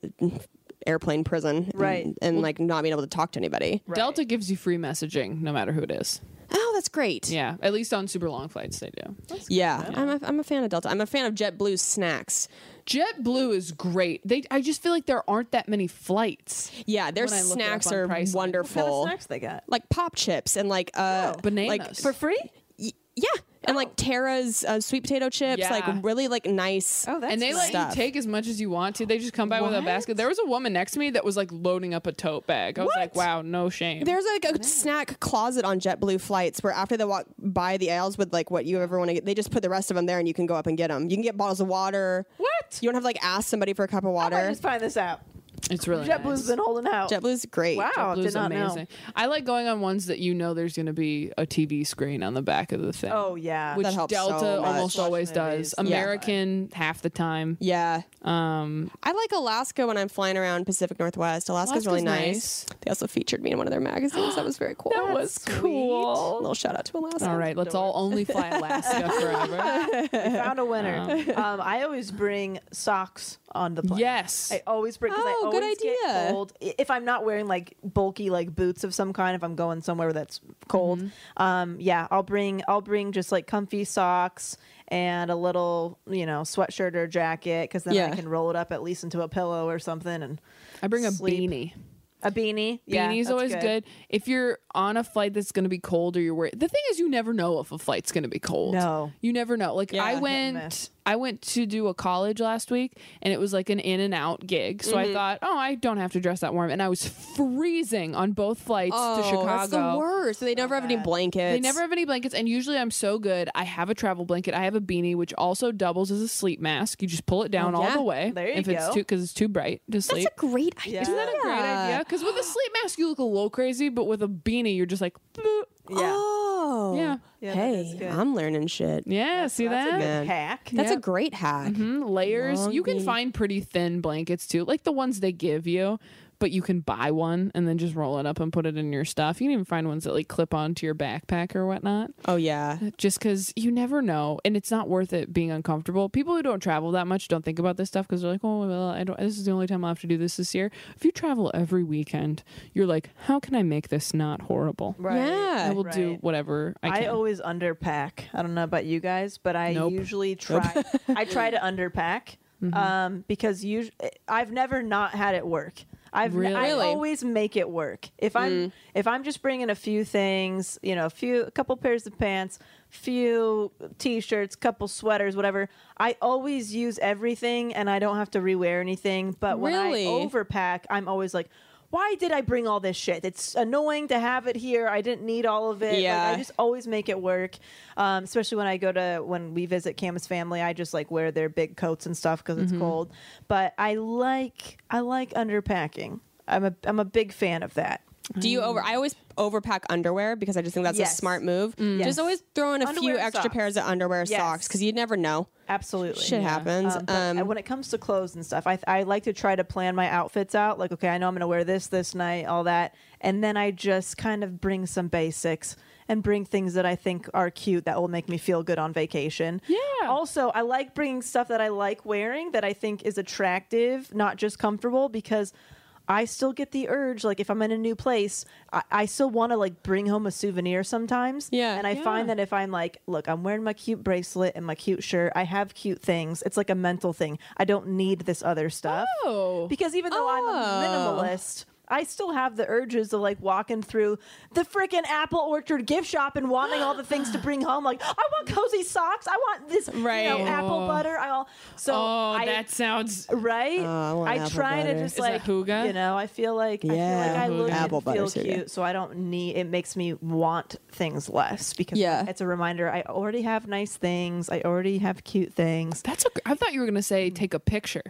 airplane prison,
Right.
And, and like not being able to talk to anybody.
Delta gives you free messaging no matter who it is.
Oh, that's great.
Yeah, at least on super long flights they do.
Yeah, I'm a, I'm a fan of Delta. I'm a fan of JetBlue's snacks.
JetBlue is great. They I just feel like there aren't that many flights.
Yeah, their
When I look it up
snacks
on
are
Priceline.
What kind of
wonderful.
snacks they got?
like pop chips and like uh like
Bananas.
for
Free?
y- yeah and like Tara's uh, sweet potato chips
Yeah.
like really like nice
Oh, that's
and they let
nice.
stuff.
you take as much as you want to. They just come by with a basket. There was a woman next to me that was like loading up a tote bag. I was like, wow, no shame.
there's like a snack closet on JetBlue flights where after they walk by the aisles with like what you ever want to get, they just put the rest of them there and you can go up and get them. You can get bottles of water.
What?
You don't have to like ask somebody for a cup of
I might
water.
just find this out.
it's really nice.
JetBlue's been holding out.
JetBlue's great.
Wow,
Blue's
did not
amazing. I like going on ones that you know there's going to be a TV screen on the back of the thing.
know. Oh yeah.
which
That helps
Delta
so much.
almost always does.
movies.
Yeah.
American half the time.
Yeah.
Um,
I like Alaska when I'm flying around Pacific Northwest. Alaska's, really
Alaska's
nice. They also featured me in one of their magazines. that was very cool.
that was cool.
A little shout out to Alaska.
All right, let's all only fly Alaska forever.
we found a winner. Um, I always bring socks on the plane.
Yes.
I always bring. 'cause I
Oh,
always
good
Get
idea.
cold. I- If I'm not wearing like bulky like boots of some kind, if I'm going somewhere that's cold,
Mm-hmm.
um, yeah, I'll bring I'll bring just like comfy socks and a little you know sweatshirt or jacket because then I
Yeah.
can roll it up at least into a pillow or something and
I bring a
Sleep.
beanie.
a beanie. Yeah,
Beanie's
that's
always good. If you're on a flight that's going to be cold or you're wearing, the thing is, you never know if a flight's going to be cold.
No.
you never know. Like I
hit and
went,
miss.
I went to do a college last week, and it was like an in and out gig. So I thought, oh, I don't have to dress that warm, and I was freezing on both flights
Oh,
to Chicago.
That's the worst. They never have any blankets.
They never have any blankets, and usually I'm so good. I have a travel blanket. I have a beanie, which also doubles as a sleep mask. You just pull it down all
yeah.
the way
There you
if it's
go.
too because it's too bright to
That's
sleep.
a great idea.
Isn't that a great idea? Because with a sleep mask, you look a little crazy, but with a beanie, you're just like, bloop.
Yeah.
Oh.
Yeah.
Yeah, that is
hey,
good.
I'm learning shit.
yeah, see that?
good-
Hack.
That's
Yeah.
a great hack.
Mhm, Layers.
Long
you can
beanie.
find pretty thin blankets too, like the ones they give you. But you can buy one and then just roll it up and put it in your stuff. You can even find ones that like clip onto your backpack or whatnot.
Oh yeah.
just because you never know and it's not worth it being uncomfortable people who don't travel that much don't think about this stuff because they're like oh well i don't this is the only time i'll have to do this this year if you travel every weekend you're like how can i make this not horrible
Right.
i
Yeah.
will do
right.
whatever i
I,
can
always underpack. I don't know about you guys, but I
Nope. Mm-hmm.
usually try. I try to underpack um, because usually I've never not had it work. I've n- I
Really? Mm.
always make it work. If I'm if I'm just bringing a few things, you know, a few a couple pairs of pants, few t-shirts, couple sweaters, whatever. I always use everything, and I don't have to rewear anything. But when
Really?
I overpack, I'm always like. Why did I bring all this shit? It's annoying to have it here. I didn't need all of it it. Like,
Yeah.
I just always make it work. Um, especially when I go to when we visit Cam's family, I just like wear their big coats and stuff because it's cold. But I like I like underpacking. I'm a I'm a big fan of that.
Do you over? I always overpack underwear because I just think that's
Yes.
a smart move.
Mm.
Yes.
Just always throw in a
Underwear
few
and
extra
socks.
pairs of underwear,
Yes.
socks, because you never know.
Absolutely.
Shit happens.
Um, but
Um,
when it comes to clothes and stuff, I, I like to try to plan my outfits out. Like, okay, I know I'm going to wear this this night, all that. And then I just kind of bring some basics and bring things that I think are cute that will make me feel good on vacation.
Yeah.
Also, I like bringing stuff that I like wearing that I think is attractive, not just comfortable, because. I still get the urge, like if I'm in a new place, I, I still want to like bring home a souvenir sometimes.
Yeah.
And I find that if I'm like, look, I'm wearing my cute bracelet and my cute shirt, I have cute things. It's like a mental thing. I don't need this other stuff.
Oh.
Because even though I'm a minimalist, I still have the urges of like walking through the freaking apple orchard gift shop and wanting all the things to bring home. Like, I want cozy socks. I want this you know,
Right.
apple butter. I all so
Oh,
I,
that sounds.
right?
Oh, I want
I
apple
try to
butter.
just
Is that
like
Huga?
you know. I feel like I feel like
Yeah,
I look
Huga. Apple
and feel
butter's Huga.
cute, so I don't need. It makes me want things less because
Yeah.
it's a reminder. I already have nice things. I already have cute things.
That's. A, gr- I thought you were gonna say take a picture.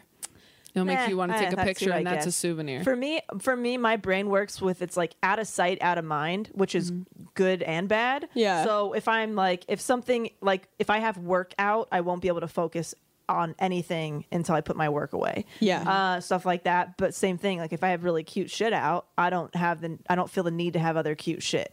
It'll make
Nah,
you want
Mm.
to
eh,
take a
that's
picture,
what I
and that's a
guess.
souvenir.
For me, for me, my brain works with it's like out of sight, out of mind, which is good and bad.
Mm-hmm. Yeah.
So if I'm like, if something like if I have work out, I won't be able to focus on anything until I put my work away.
Yeah.
Uh, stuff like that. But same thing. Like if I have really cute shit out, I don't have the, I don't feel the need to have other cute shit.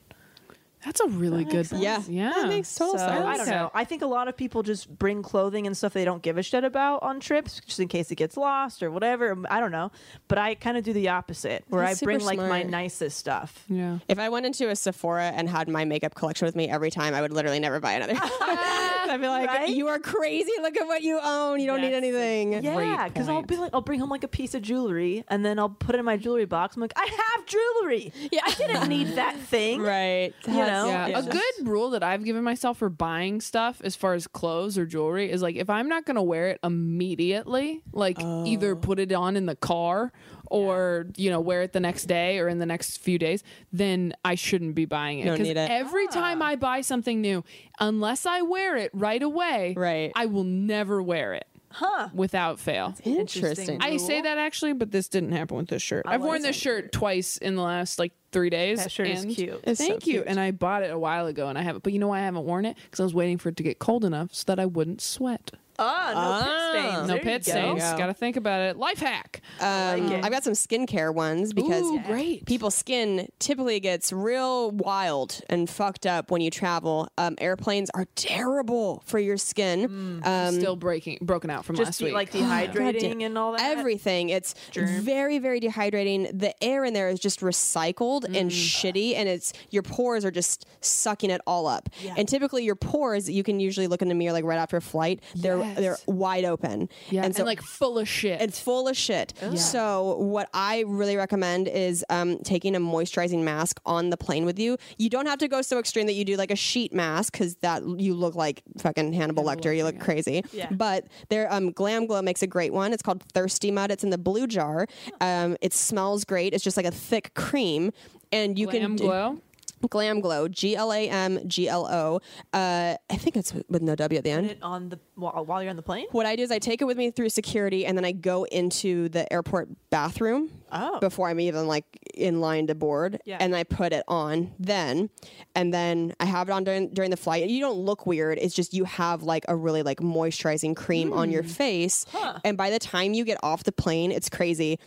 that's a really good.
Yeah,
Yeah.
That makes total
So
sense.
I don't know. I think a lot of people just bring clothing and stuff they don't give a shit about on trips, just in case it gets lost or whatever. Um, I don't know. But I kind of do the opposite, where
That's
I bring
super
like my
smart.
nicest stuff.
Yeah.
If I went into a Sephora and had my makeup collection with me every time, I would literally never buy another. I'd be like,
Right?
"You are crazy! Look at what you own. You don't need
That's-
anything."
Yeah, because I'll
point.
be like, I'll bring home like a piece of jewelry, and then I'll put it in my jewelry box. I'm like, I have jewelry. Yeah, I didn't need that thing.
Right.
You know,
Yeah,
It's
a good rule that I've given myself for buying stuff as far as clothes or jewelry is like if I'm not going to wear it immediately, like
Oh.
either put it on in the car or you know wear it the next day or in the next few days, then I shouldn't be buying it
Don't
'Cause
need it. Ah.
every time I buy something new, unless I wear it right away,
Right.
I will never wear it. Huh. Without fail.
Interesting.
I say that actually, but this didn't happen with this shirt. I've worn this shirt twice in the last like three days.
That shirt is
and-
cute.
It's so
Thank you.
cute.
And I bought it a while ago, and I haven't. But you know why I haven't worn it? Because I was waiting for it to get cold enough so that I wouldn't sweat.
Oh, no
Ah,
pit stains.
no
There you
pit
go.
stains.
There you go.
Got to think about it. Life hack.
Um, I've got some skincare ones because
Ooh, great.
people's skin typically gets real wild and fucked up when you travel. Um, airplanes are terrible for your skin. Um,
Still breaking, broken out from
Just
last
de-
week.
like
God
dehydrating
damn-
and all that.
Everything. It's very, very dehydrating. The air in there is just recycled
Mm.
and shitty, and it's your pores are just sucking it all up. And typically, your pores you can usually look in the mirror like right after a flight. They're
Yes.
they're wide open.
yeah, and,
so
like full of shit.
it's full of shit.
Oh.
So what I really recommend is um, taking a moisturizing mask on the plane with you. You don't have to go so extreme that you do like a sheet mask because that you look like fucking Hannibal Lecter. You look crazy. But their um, Glam Glow makes a great one. It's called Thirsty Mud. It's in the blue jar. Um, it smells great. It's just like a thick cream. And you
Glam
can do-
glow.
Glam Glow, G L A M G L O. Uh, I think it's with no W at the end
Put it on the while while you're on the plane.
what I do is I take it with me through security and then I go into the airport bathroom
Oh.
before I'm even like in line to board
Yeah.
and I put it on then and then I have it on during during the flight. You don't look weird. It's just you have like a really like moisturizing cream on
Hmm.
your face and by the time you get off the plane, it's crazy.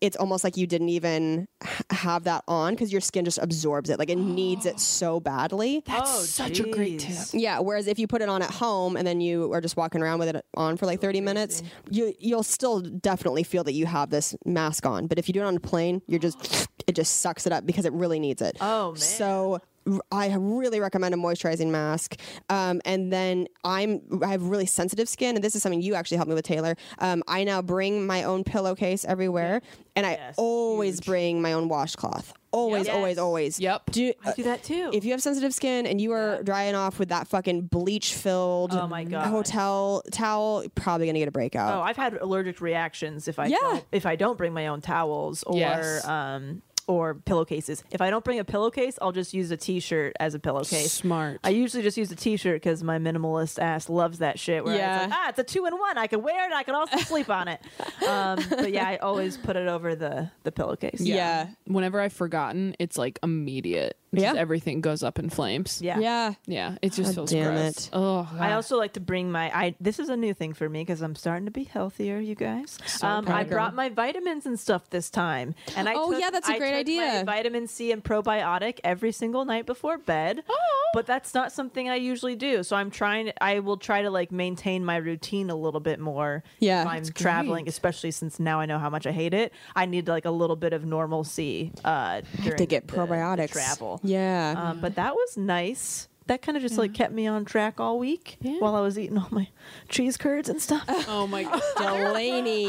It's almost like you didn't even h- have that on because your skin just absorbs it. Like it needs it so badly.
That's such a great tip.
Oh, jeez.
Yeah. Whereas if you put it on at home and then you are just walking around with it on for like 30 minutes, you you'll still definitely feel that you have this mask on. But if you do it on a plane, you're just it just sucks it up because it really needs it.
Oh, man.
So r- I really recommend a moisturizing mask. Um, and then I'm I have really sensitive skin, and this is something you actually helped me with, Taylor. Um, I now bring my own pillowcase everywhere, and I always bring my own washcloth. Always,
Yes.
always, always.
Yep.
Do,
I do that too.
if you have sensitive skin and you are drying off with that fucking bleach filled
Oh my God.
hotel towel, you're probably gonna get
Oh,
a breakout.
I've had allergic reactions if I
Yeah.
don't, if I don't bring my own towels or
Yes.
um or pillowcases. If I don't bring a pillowcase, I'll just use a t-shirt as a pillowcase.
Smart.
I usually just use a t-shirt because my minimalist ass loves that shit. Where
Yeah.
it's like, ah, it's a two in one. I can wear it. I can also sleep on it. Um, but yeah, I always put it over the the pillowcase.
Yeah.
Whenever I've forgotten, it's like immediate. Just
Yeah.
everything goes up in flames.
Yeah.
Yeah.
Yeah. It just
God
feels
damn
gross.
it.
I
Oh,
Uh-huh.
also like to bring my. I this is a new thing for me because I'm starting to be healthier, you guys. um, I
girl.
brought my vitamins and stuff this time, and I
Oh,
took-
yeah, that's a
I
great
took my
idea.
vitamin C and probiotic every single night before bed.
Oh.
but that's not something I usually do. So I'm trying. I will try to like maintain my routine a little bit more.
Yeah.
if I'm
That's
traveling, especially since now I know how much I hate it. I need like a little bit of normalcy. Uh, during
to get
the- the
probiotics.
travel.
Yeah.
Um,
Mm-hmm.
but that was nice. That kind of just like kept me on track all week
Yeah.
while I was eating all my cheese curds and stuff.
Oh my god.
Delaney.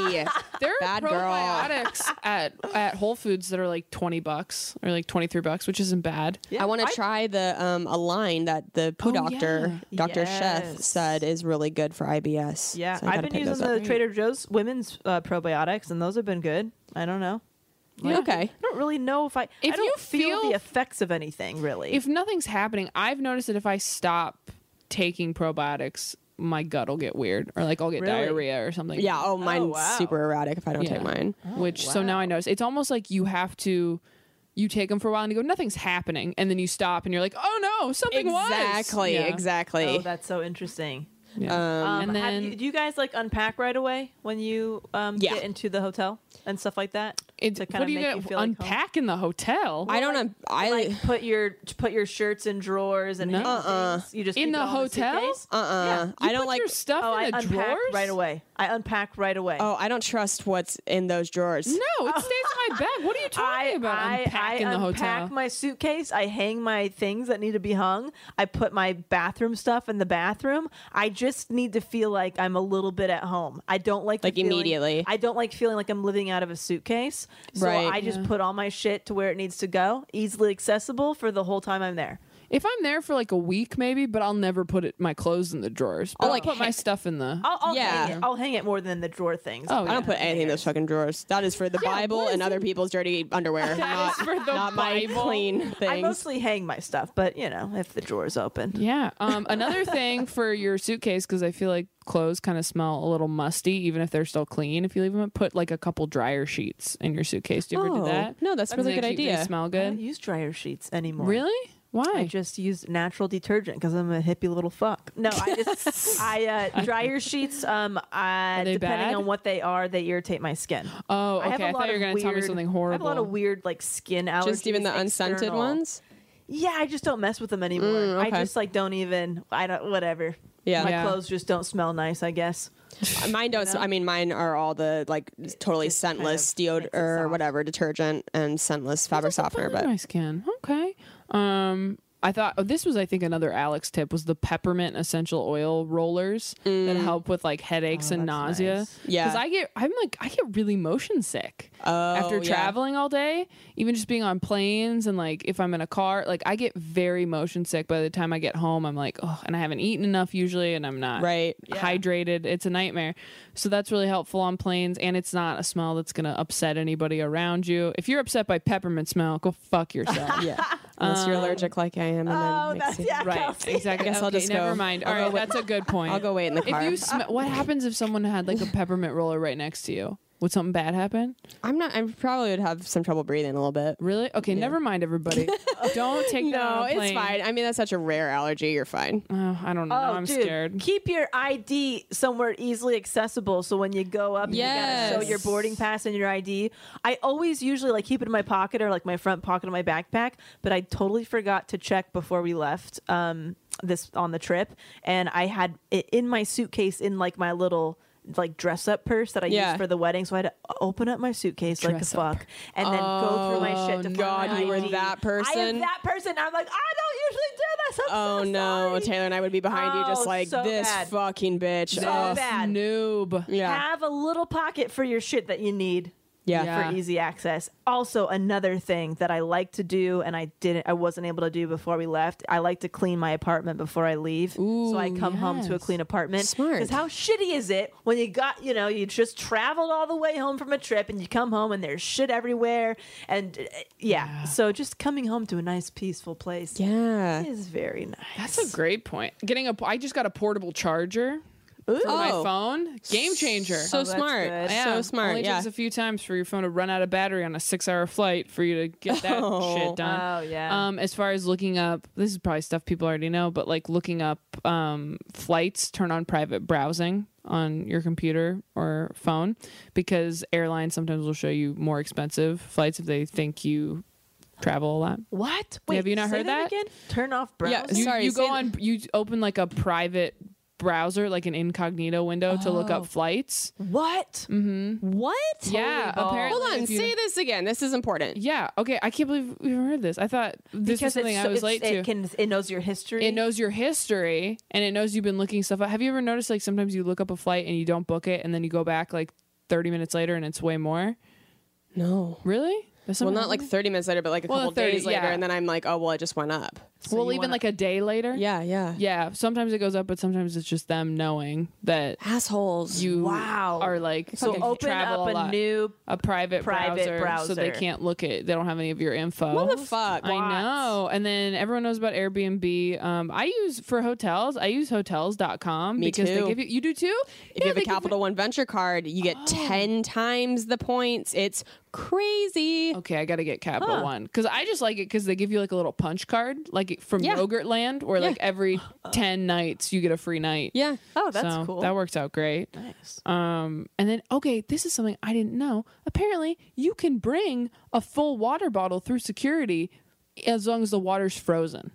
There are
Bad girl.
probiotics at at Whole Foods that are like twenty bucks or like twenty three bucks, which isn't bad.
I want to try the um a line that the poo
Oh,
doctor, Dr. Chef,
Yes.
said is really good for IBS.
yeah,
So I
I've
gotta
been
pick those
using
up.
the Trader Joe's women's uh, probiotics, and those have been good. I don't know.
Yeah, Okay.
I don't really know if I.
If
I don't
you
feel,
feel-
the effects of anything really.
If nothing's happening, I've noticed that if I stop taking probiotics, my gut will get weird or like I'll get
Really?
diarrhea or something.
Yeah. Oh, mine's
wow. Oh,
super erratic if I don't
Yeah.
take mine.
Which so now I notice it's almost like you have to you take them for a while and you go nothing's happening and then you stop and you're like oh no something was
Exactly.
Yeah.
Exactly.
oh, that's so interesting.
Yeah.
Um,
And
have
then-
you, do you guys like unpack right away when you um,
Yeah.
get into the hotel and stuff like that?
It-
to kind
what
of
do you
make
gonna
you feel like home?
unpack in the hotel?
I don't. um, I
like put your put your shirts in drawers and
No.
hang
Uh-uh.
things? You just
in
keep it
the
all
hotel.
suitcase?
Uh. uh
Yeah. You
I don't
Put
like.
your stuff
oh, I
in the
unpack
drawers
right away. I unpack right away.
oh, I don't trust what's in those drawers.
No, it stays in my bag. What are you talking
I,
about?
I, I
Unpack in the
unpack
hotel.
my suitcase. I hang my things that need to be hung. I put my bathroom stuff in the bathroom. I just need to feel like I'm a little bit at home. I don't like the
Like
feeling-
immediately.
I don't like feeling like I'm living out of a suitcase. So
Right.
I just put all my shit to where it needs to go, easily accessible for the whole time I'm there.
if I'm there for like a week, maybe, but I'll never put it, my clothes in the drawers.
Oh,
But I'll like put my stuff in the.
I'll, I'll
Yeah.
hang it. I'll hang it more than the drawer things.
oh,
I don't
yeah.
put anything in those fucking drawers. That is for the Bible and other people's dirty underwear. not
for the
not my
Bible.
clean
I
things.
mostly hang my stuff, but you know, if the drawer's open.
Yeah. Um, another thing for your suitcase, because I feel like clothes kind of smell a little musty, even if they're still clean. If you leave them, put like a couple dryer sheets in your suitcase. Do you ever do
Oh,
that?
no, that's a really
Doesn't
good
it keep- they
idea. Oh,
Smell
I don't
good.
use dryer sheets anymore.
Really?
I
Why?
just use natural detergent because I'm a hippie little fuck. No, I just I uh, dryer sheets. Um, I,
they
depending
bad?
on what they are, they irritate my skin.
Oh, okay. I, thought you were going to tell me
weird-
something
I have a
horrible.
lot of weird like skin allergies.
Just even the unscented
external.
ones.
Yeah, I just don't mess with
Mm,
them anymore. I
okay.
just like don't even. I don't. Whatever.
Yeah.
my
Yeah.
clothes just don't smell nice. I guess.
Uh, Mine don't. sm- I mean, mine are all the like totally
just kind
scentless
of makes
deodorant
it
or
soft.
whatever detergent and scentless fabric softener.
Under
But
my skin. Okay. Um, I thought oh, this was, I think, another Alex tip was the peppermint essential oil rollers that help with like headaches and nausea.
Mm. Yeah. Oh,
because I get, I'm like, I get really motion sick after
yeah.
traveling all day, even just being on planes and like if I'm in a car, like I get very motion sick. By the time I get home, I'm like, oh, and I haven't eaten enough usually, and I'm not
Right. Yeah.
hydrated. It's a nightmare. So that's really helpful on planes, and it's not a smell that's gonna upset anybody around you. If you're upset by peppermint smell, go fuck yourself.
yeah, unless you're allergic like I am, and then it makes you-
Right. Exactly.
I guess I'll
Okay,
just
never
go.
mind.
I'll
All
go
right,
wait-
that's a good point.
I'll go wait in the
If
car.
you sm- what happens if someone had like a peppermint roller right next to you? Would something bad happen?
I'm not. I probably would have some trouble breathing a little bit.
Really? Okay, never mind, everybody. Don't take that
No,
on a
it's
plane.
fine. I mean, that's such a rare allergy. You're fine.
Oh, I don't know.
Oh,
I'm
dude,
scared.
Keep your ID somewhere easily accessible, so when you go up, you gotta show your
Yes.
boarding pass and your ID. I always usually like keep it in my pocket or like my front pocket of my backpack, but I totally forgot to check before we left um, this on the trip, and I had it in my suitcase in like my little like dress up purse that I
Yeah.
used for the wedding. So I had to open up my suitcase like a
Dress up.
fuck and then go through my shit to find
Oh, God,
my
you were
ID.
that
I am
person?
that person. I'm like, I don't usually do this. I'm
Oh
so
no,
sorry."
Taylor and I would be behind you,
Oh,
just like
so
this
bad.
fucking bitch.
So
Oh,
bad.
Noob.
Yeah.
Have a little pocket for your shit that you need.
Yeah.
Yeah.
for easy access. Also, another thing that I like to do and I didn't I wasn't able to do before we left, I like to clean my apartment before I leave. so I
Ooh,
come home to a
yes.
clean apartment.
Smart.
Because how shitty is it when you got, you know, you just traveled all the way home from a trip and you come home and there's shit everywhere and uh, yeah. So just coming home to a nice peaceful place
Yeah.
is very nice.
That's a great point. Getting a, I just got a portable charger for my
Oh.
phone. Game changer.
So smart.
Oh, good.
Yeah,
So smart.
Only
yeah.
takes a few times for your phone to run out of battery on a six-hour flight for you to get that
Oh.
shit done.
Oh, yeah.
Um, as far as looking up, this is probably stuff people already know, but like looking up um, flights, turn on private browsing on your computer or phone because airlines sometimes will show you more expensive flights if they think you travel a lot.
What?
Have you not
say
heard that?
again? Turn off browser.
You-
you,
Sorry,
you go
say-
on you open like a private browser like an incognito window to look up flights
What?
what?
Mm-hmm. yeah apparently
Hold on.
if you-
Say this again. This is important.
yeah okay i can't believe we haven't heard this i thought this was something i was late
it
to
Can, it knows your history.
it knows your history and it knows you've been looking stuff up have you ever noticed like sometimes you look up a flight and you don't book it and then you go back like 30 minutes later and it's way more
No.
really Does
Well,
someone-
not like 30 minutes later, but like a
Well,
couple
30,
days later.
yeah.
And then I'm like, oh, well, it just went up.
well even like a day later
Yeah. Yeah.
yeah sometimes it goes up but sometimes it's just them knowing that
Assholes.
you
Wow.
are like
so
you
open
travel
up a,
lot.
new.
a private,
Private
browser, so they
browser.
can't look at they don't have any of your info
What the fuck?
i know and then everyone knows about airbnb um i use for hotels i use hotels.com
Me
because
too.
they give you you do too
If you have a Capital One Venture card, you get 10 times the points. It's crazy.
Okay, I gotta get Capital One because I just like it because they give you like a little punch card, like from
Yeah.
Yogurt Land, where like every ten nights you get a free night.
Yeah.
Oh, that's
so
cool.
That works out great. Nice. Um, and then okay, this is something I didn't know. Apparently, you can bring a full water bottle through security as long as the water's frozen.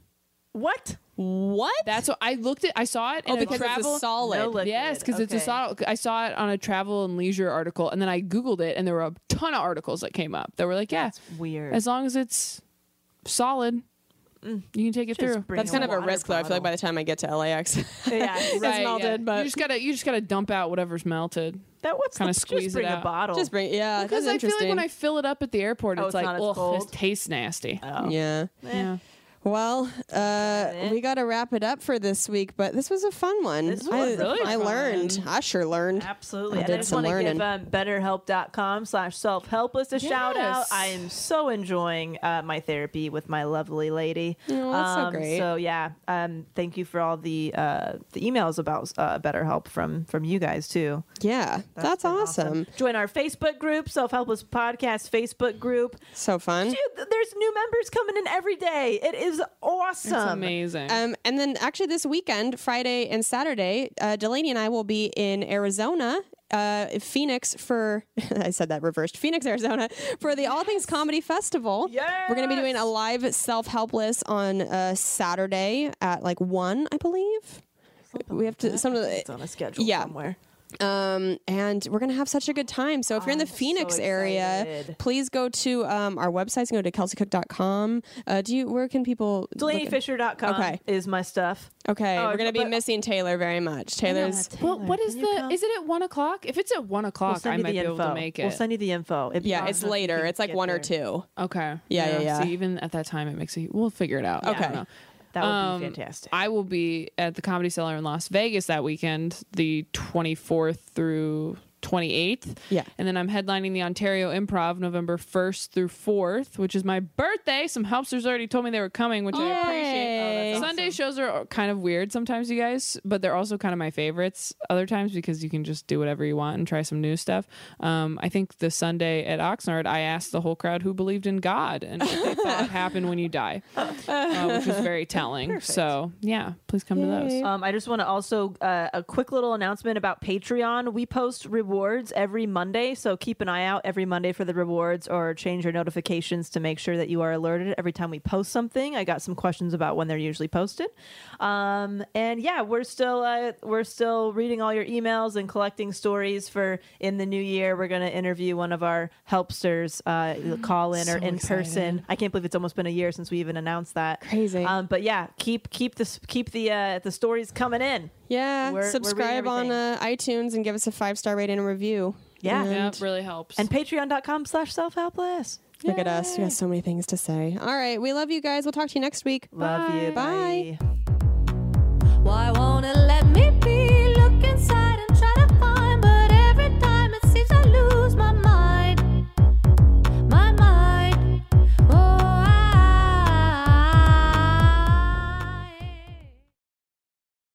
what?
What?
That's what I looked at. I saw it.
oh,
in
because
a travel,
it's a solid.
No liquid.
Yes, because it's a
Okay.
solid. I saw it on a travel and leisure article, and then I googled it, and there were a ton of articles that came up that were like, "Yeah,
weird.
As long as it's solid, you can take it
Just
through."
bring
That's kind of a
water
risk, though. I feel like by
bottle.
the time I get to LAX,
Yeah,
it's
Right, yeah.
melted.
you
But
just gotta you just gotta dump out whatever's melted.
that what's
kinda
the-
squeeze
just
it
bring
out.
a bottle.
just bring, yeah,
Because
that's
I feel
interesting.
like when I fill it up at the airport,
Oh,
it's,
it's
like,
not as
oh, this
cold? Oh.
tastes nasty.
yeah.
Yeah.
Well, uh, we got to wrap it up for this week, but this was a fun one.
This
I,
was really
I
fun.
learned. I sure learned.
Absolutely.
I
and I
did
just
some
want to give
learning.
um, betterhelp.com slash self helpless a shout out.
Yes.
I am so enjoying uh, my therapy with my lovely lady.
Oh,
that's so
Um,
great.
So, yeah, um, thank you for all the uh, the emails about uh, BetterHelp from, from you guys, too.
Yeah, that's,
been
awesome.
Join our Facebook group, Self Helpless Podcast Facebook group.
So fun.
Dude, th- there's new members coming in every day. It is awesome.
It's amazing.
Um, and then actually this weekend, Friday and Saturday, uh, Delaney and I will be in Arizona. Uh, Phoenix for I said that reversed Phoenix Arizona for the All Things Comedy Festival. Yeah, we're gonna be doing a live self helpless on uh, Saturday at like one, I believe. We have to some of the
It's on a schedule
Yeah.
somewhere.
um, and we're gonna have such a good time. So if you're in the Phoenix area,
Oh, excited.
please go to um, our websites and go to kelseycook.com. Uh, do you? Where can people? look at-
DelaneyFisher.com
Okay.
is my stuff.
Okay,
Oh,
we're gonna be
but-
missing Taylor very much. Taylor's
well, what is the? Is it at one o'clock? If it's at one
We'll
o'clock,
send
I
you
might
the
be
info.
able to make it.
We'll send you the info. It-
yeah,
I
it's
don't know if you
later.
can
It's like
get
one or
there.
two.
Okay.
Yeah, yeah, yeah.
See, even at that time, it makes it. We'll figure it out. I don't
Okay.
know.
That would
Um,
be fantastic.
I will be at the Comedy Cellar in Las Vegas that weekend, the 24th through 28th.
Yeah.
And then I'm headlining the Ontario Improv November 1st through 4th, which is my birthday. Some helpsters already told me they were coming, which I appreciate. Oh, Sunday shows are kind of weird sometimes, you guys, but they're also kind of my favorites other times because you can just do whatever you want and try some new stuff. Um, I think the Sunday at Oxnard, I asked the whole crowd who believed in God and what they thought happened when you die uh, which was very telling. So yeah, please come to those.
Um, I just want to also uh, a quick little announcement about Patreon. We post rewards every Monday, so keep an eye out every Monday for the rewards, or change your notifications to make sure that you are alerted every time we post something. I got some questions about when they're usually posted, um, and yeah, we're still uh, we're still reading all your emails and collecting stories for in the new year. We're gonna interview one of our helpsters, uh, call in or in person. I can't believe it's almost been a year since we even announced that.
Crazy.
Um, but yeah, keep keep the keep the uh, the stories coming in.
Yeah,
We're- we're reading
subscribe on
everything.
uh, iTunes and give us a five star rating and review.
Yeah.
Yeah, it really helps.
And patreon.com slash self helpless.
Look at us. We got so many things to say. All right. We love you guys. We'll talk to you next week.
Love you.
Bye.
Why won't it let me Oh,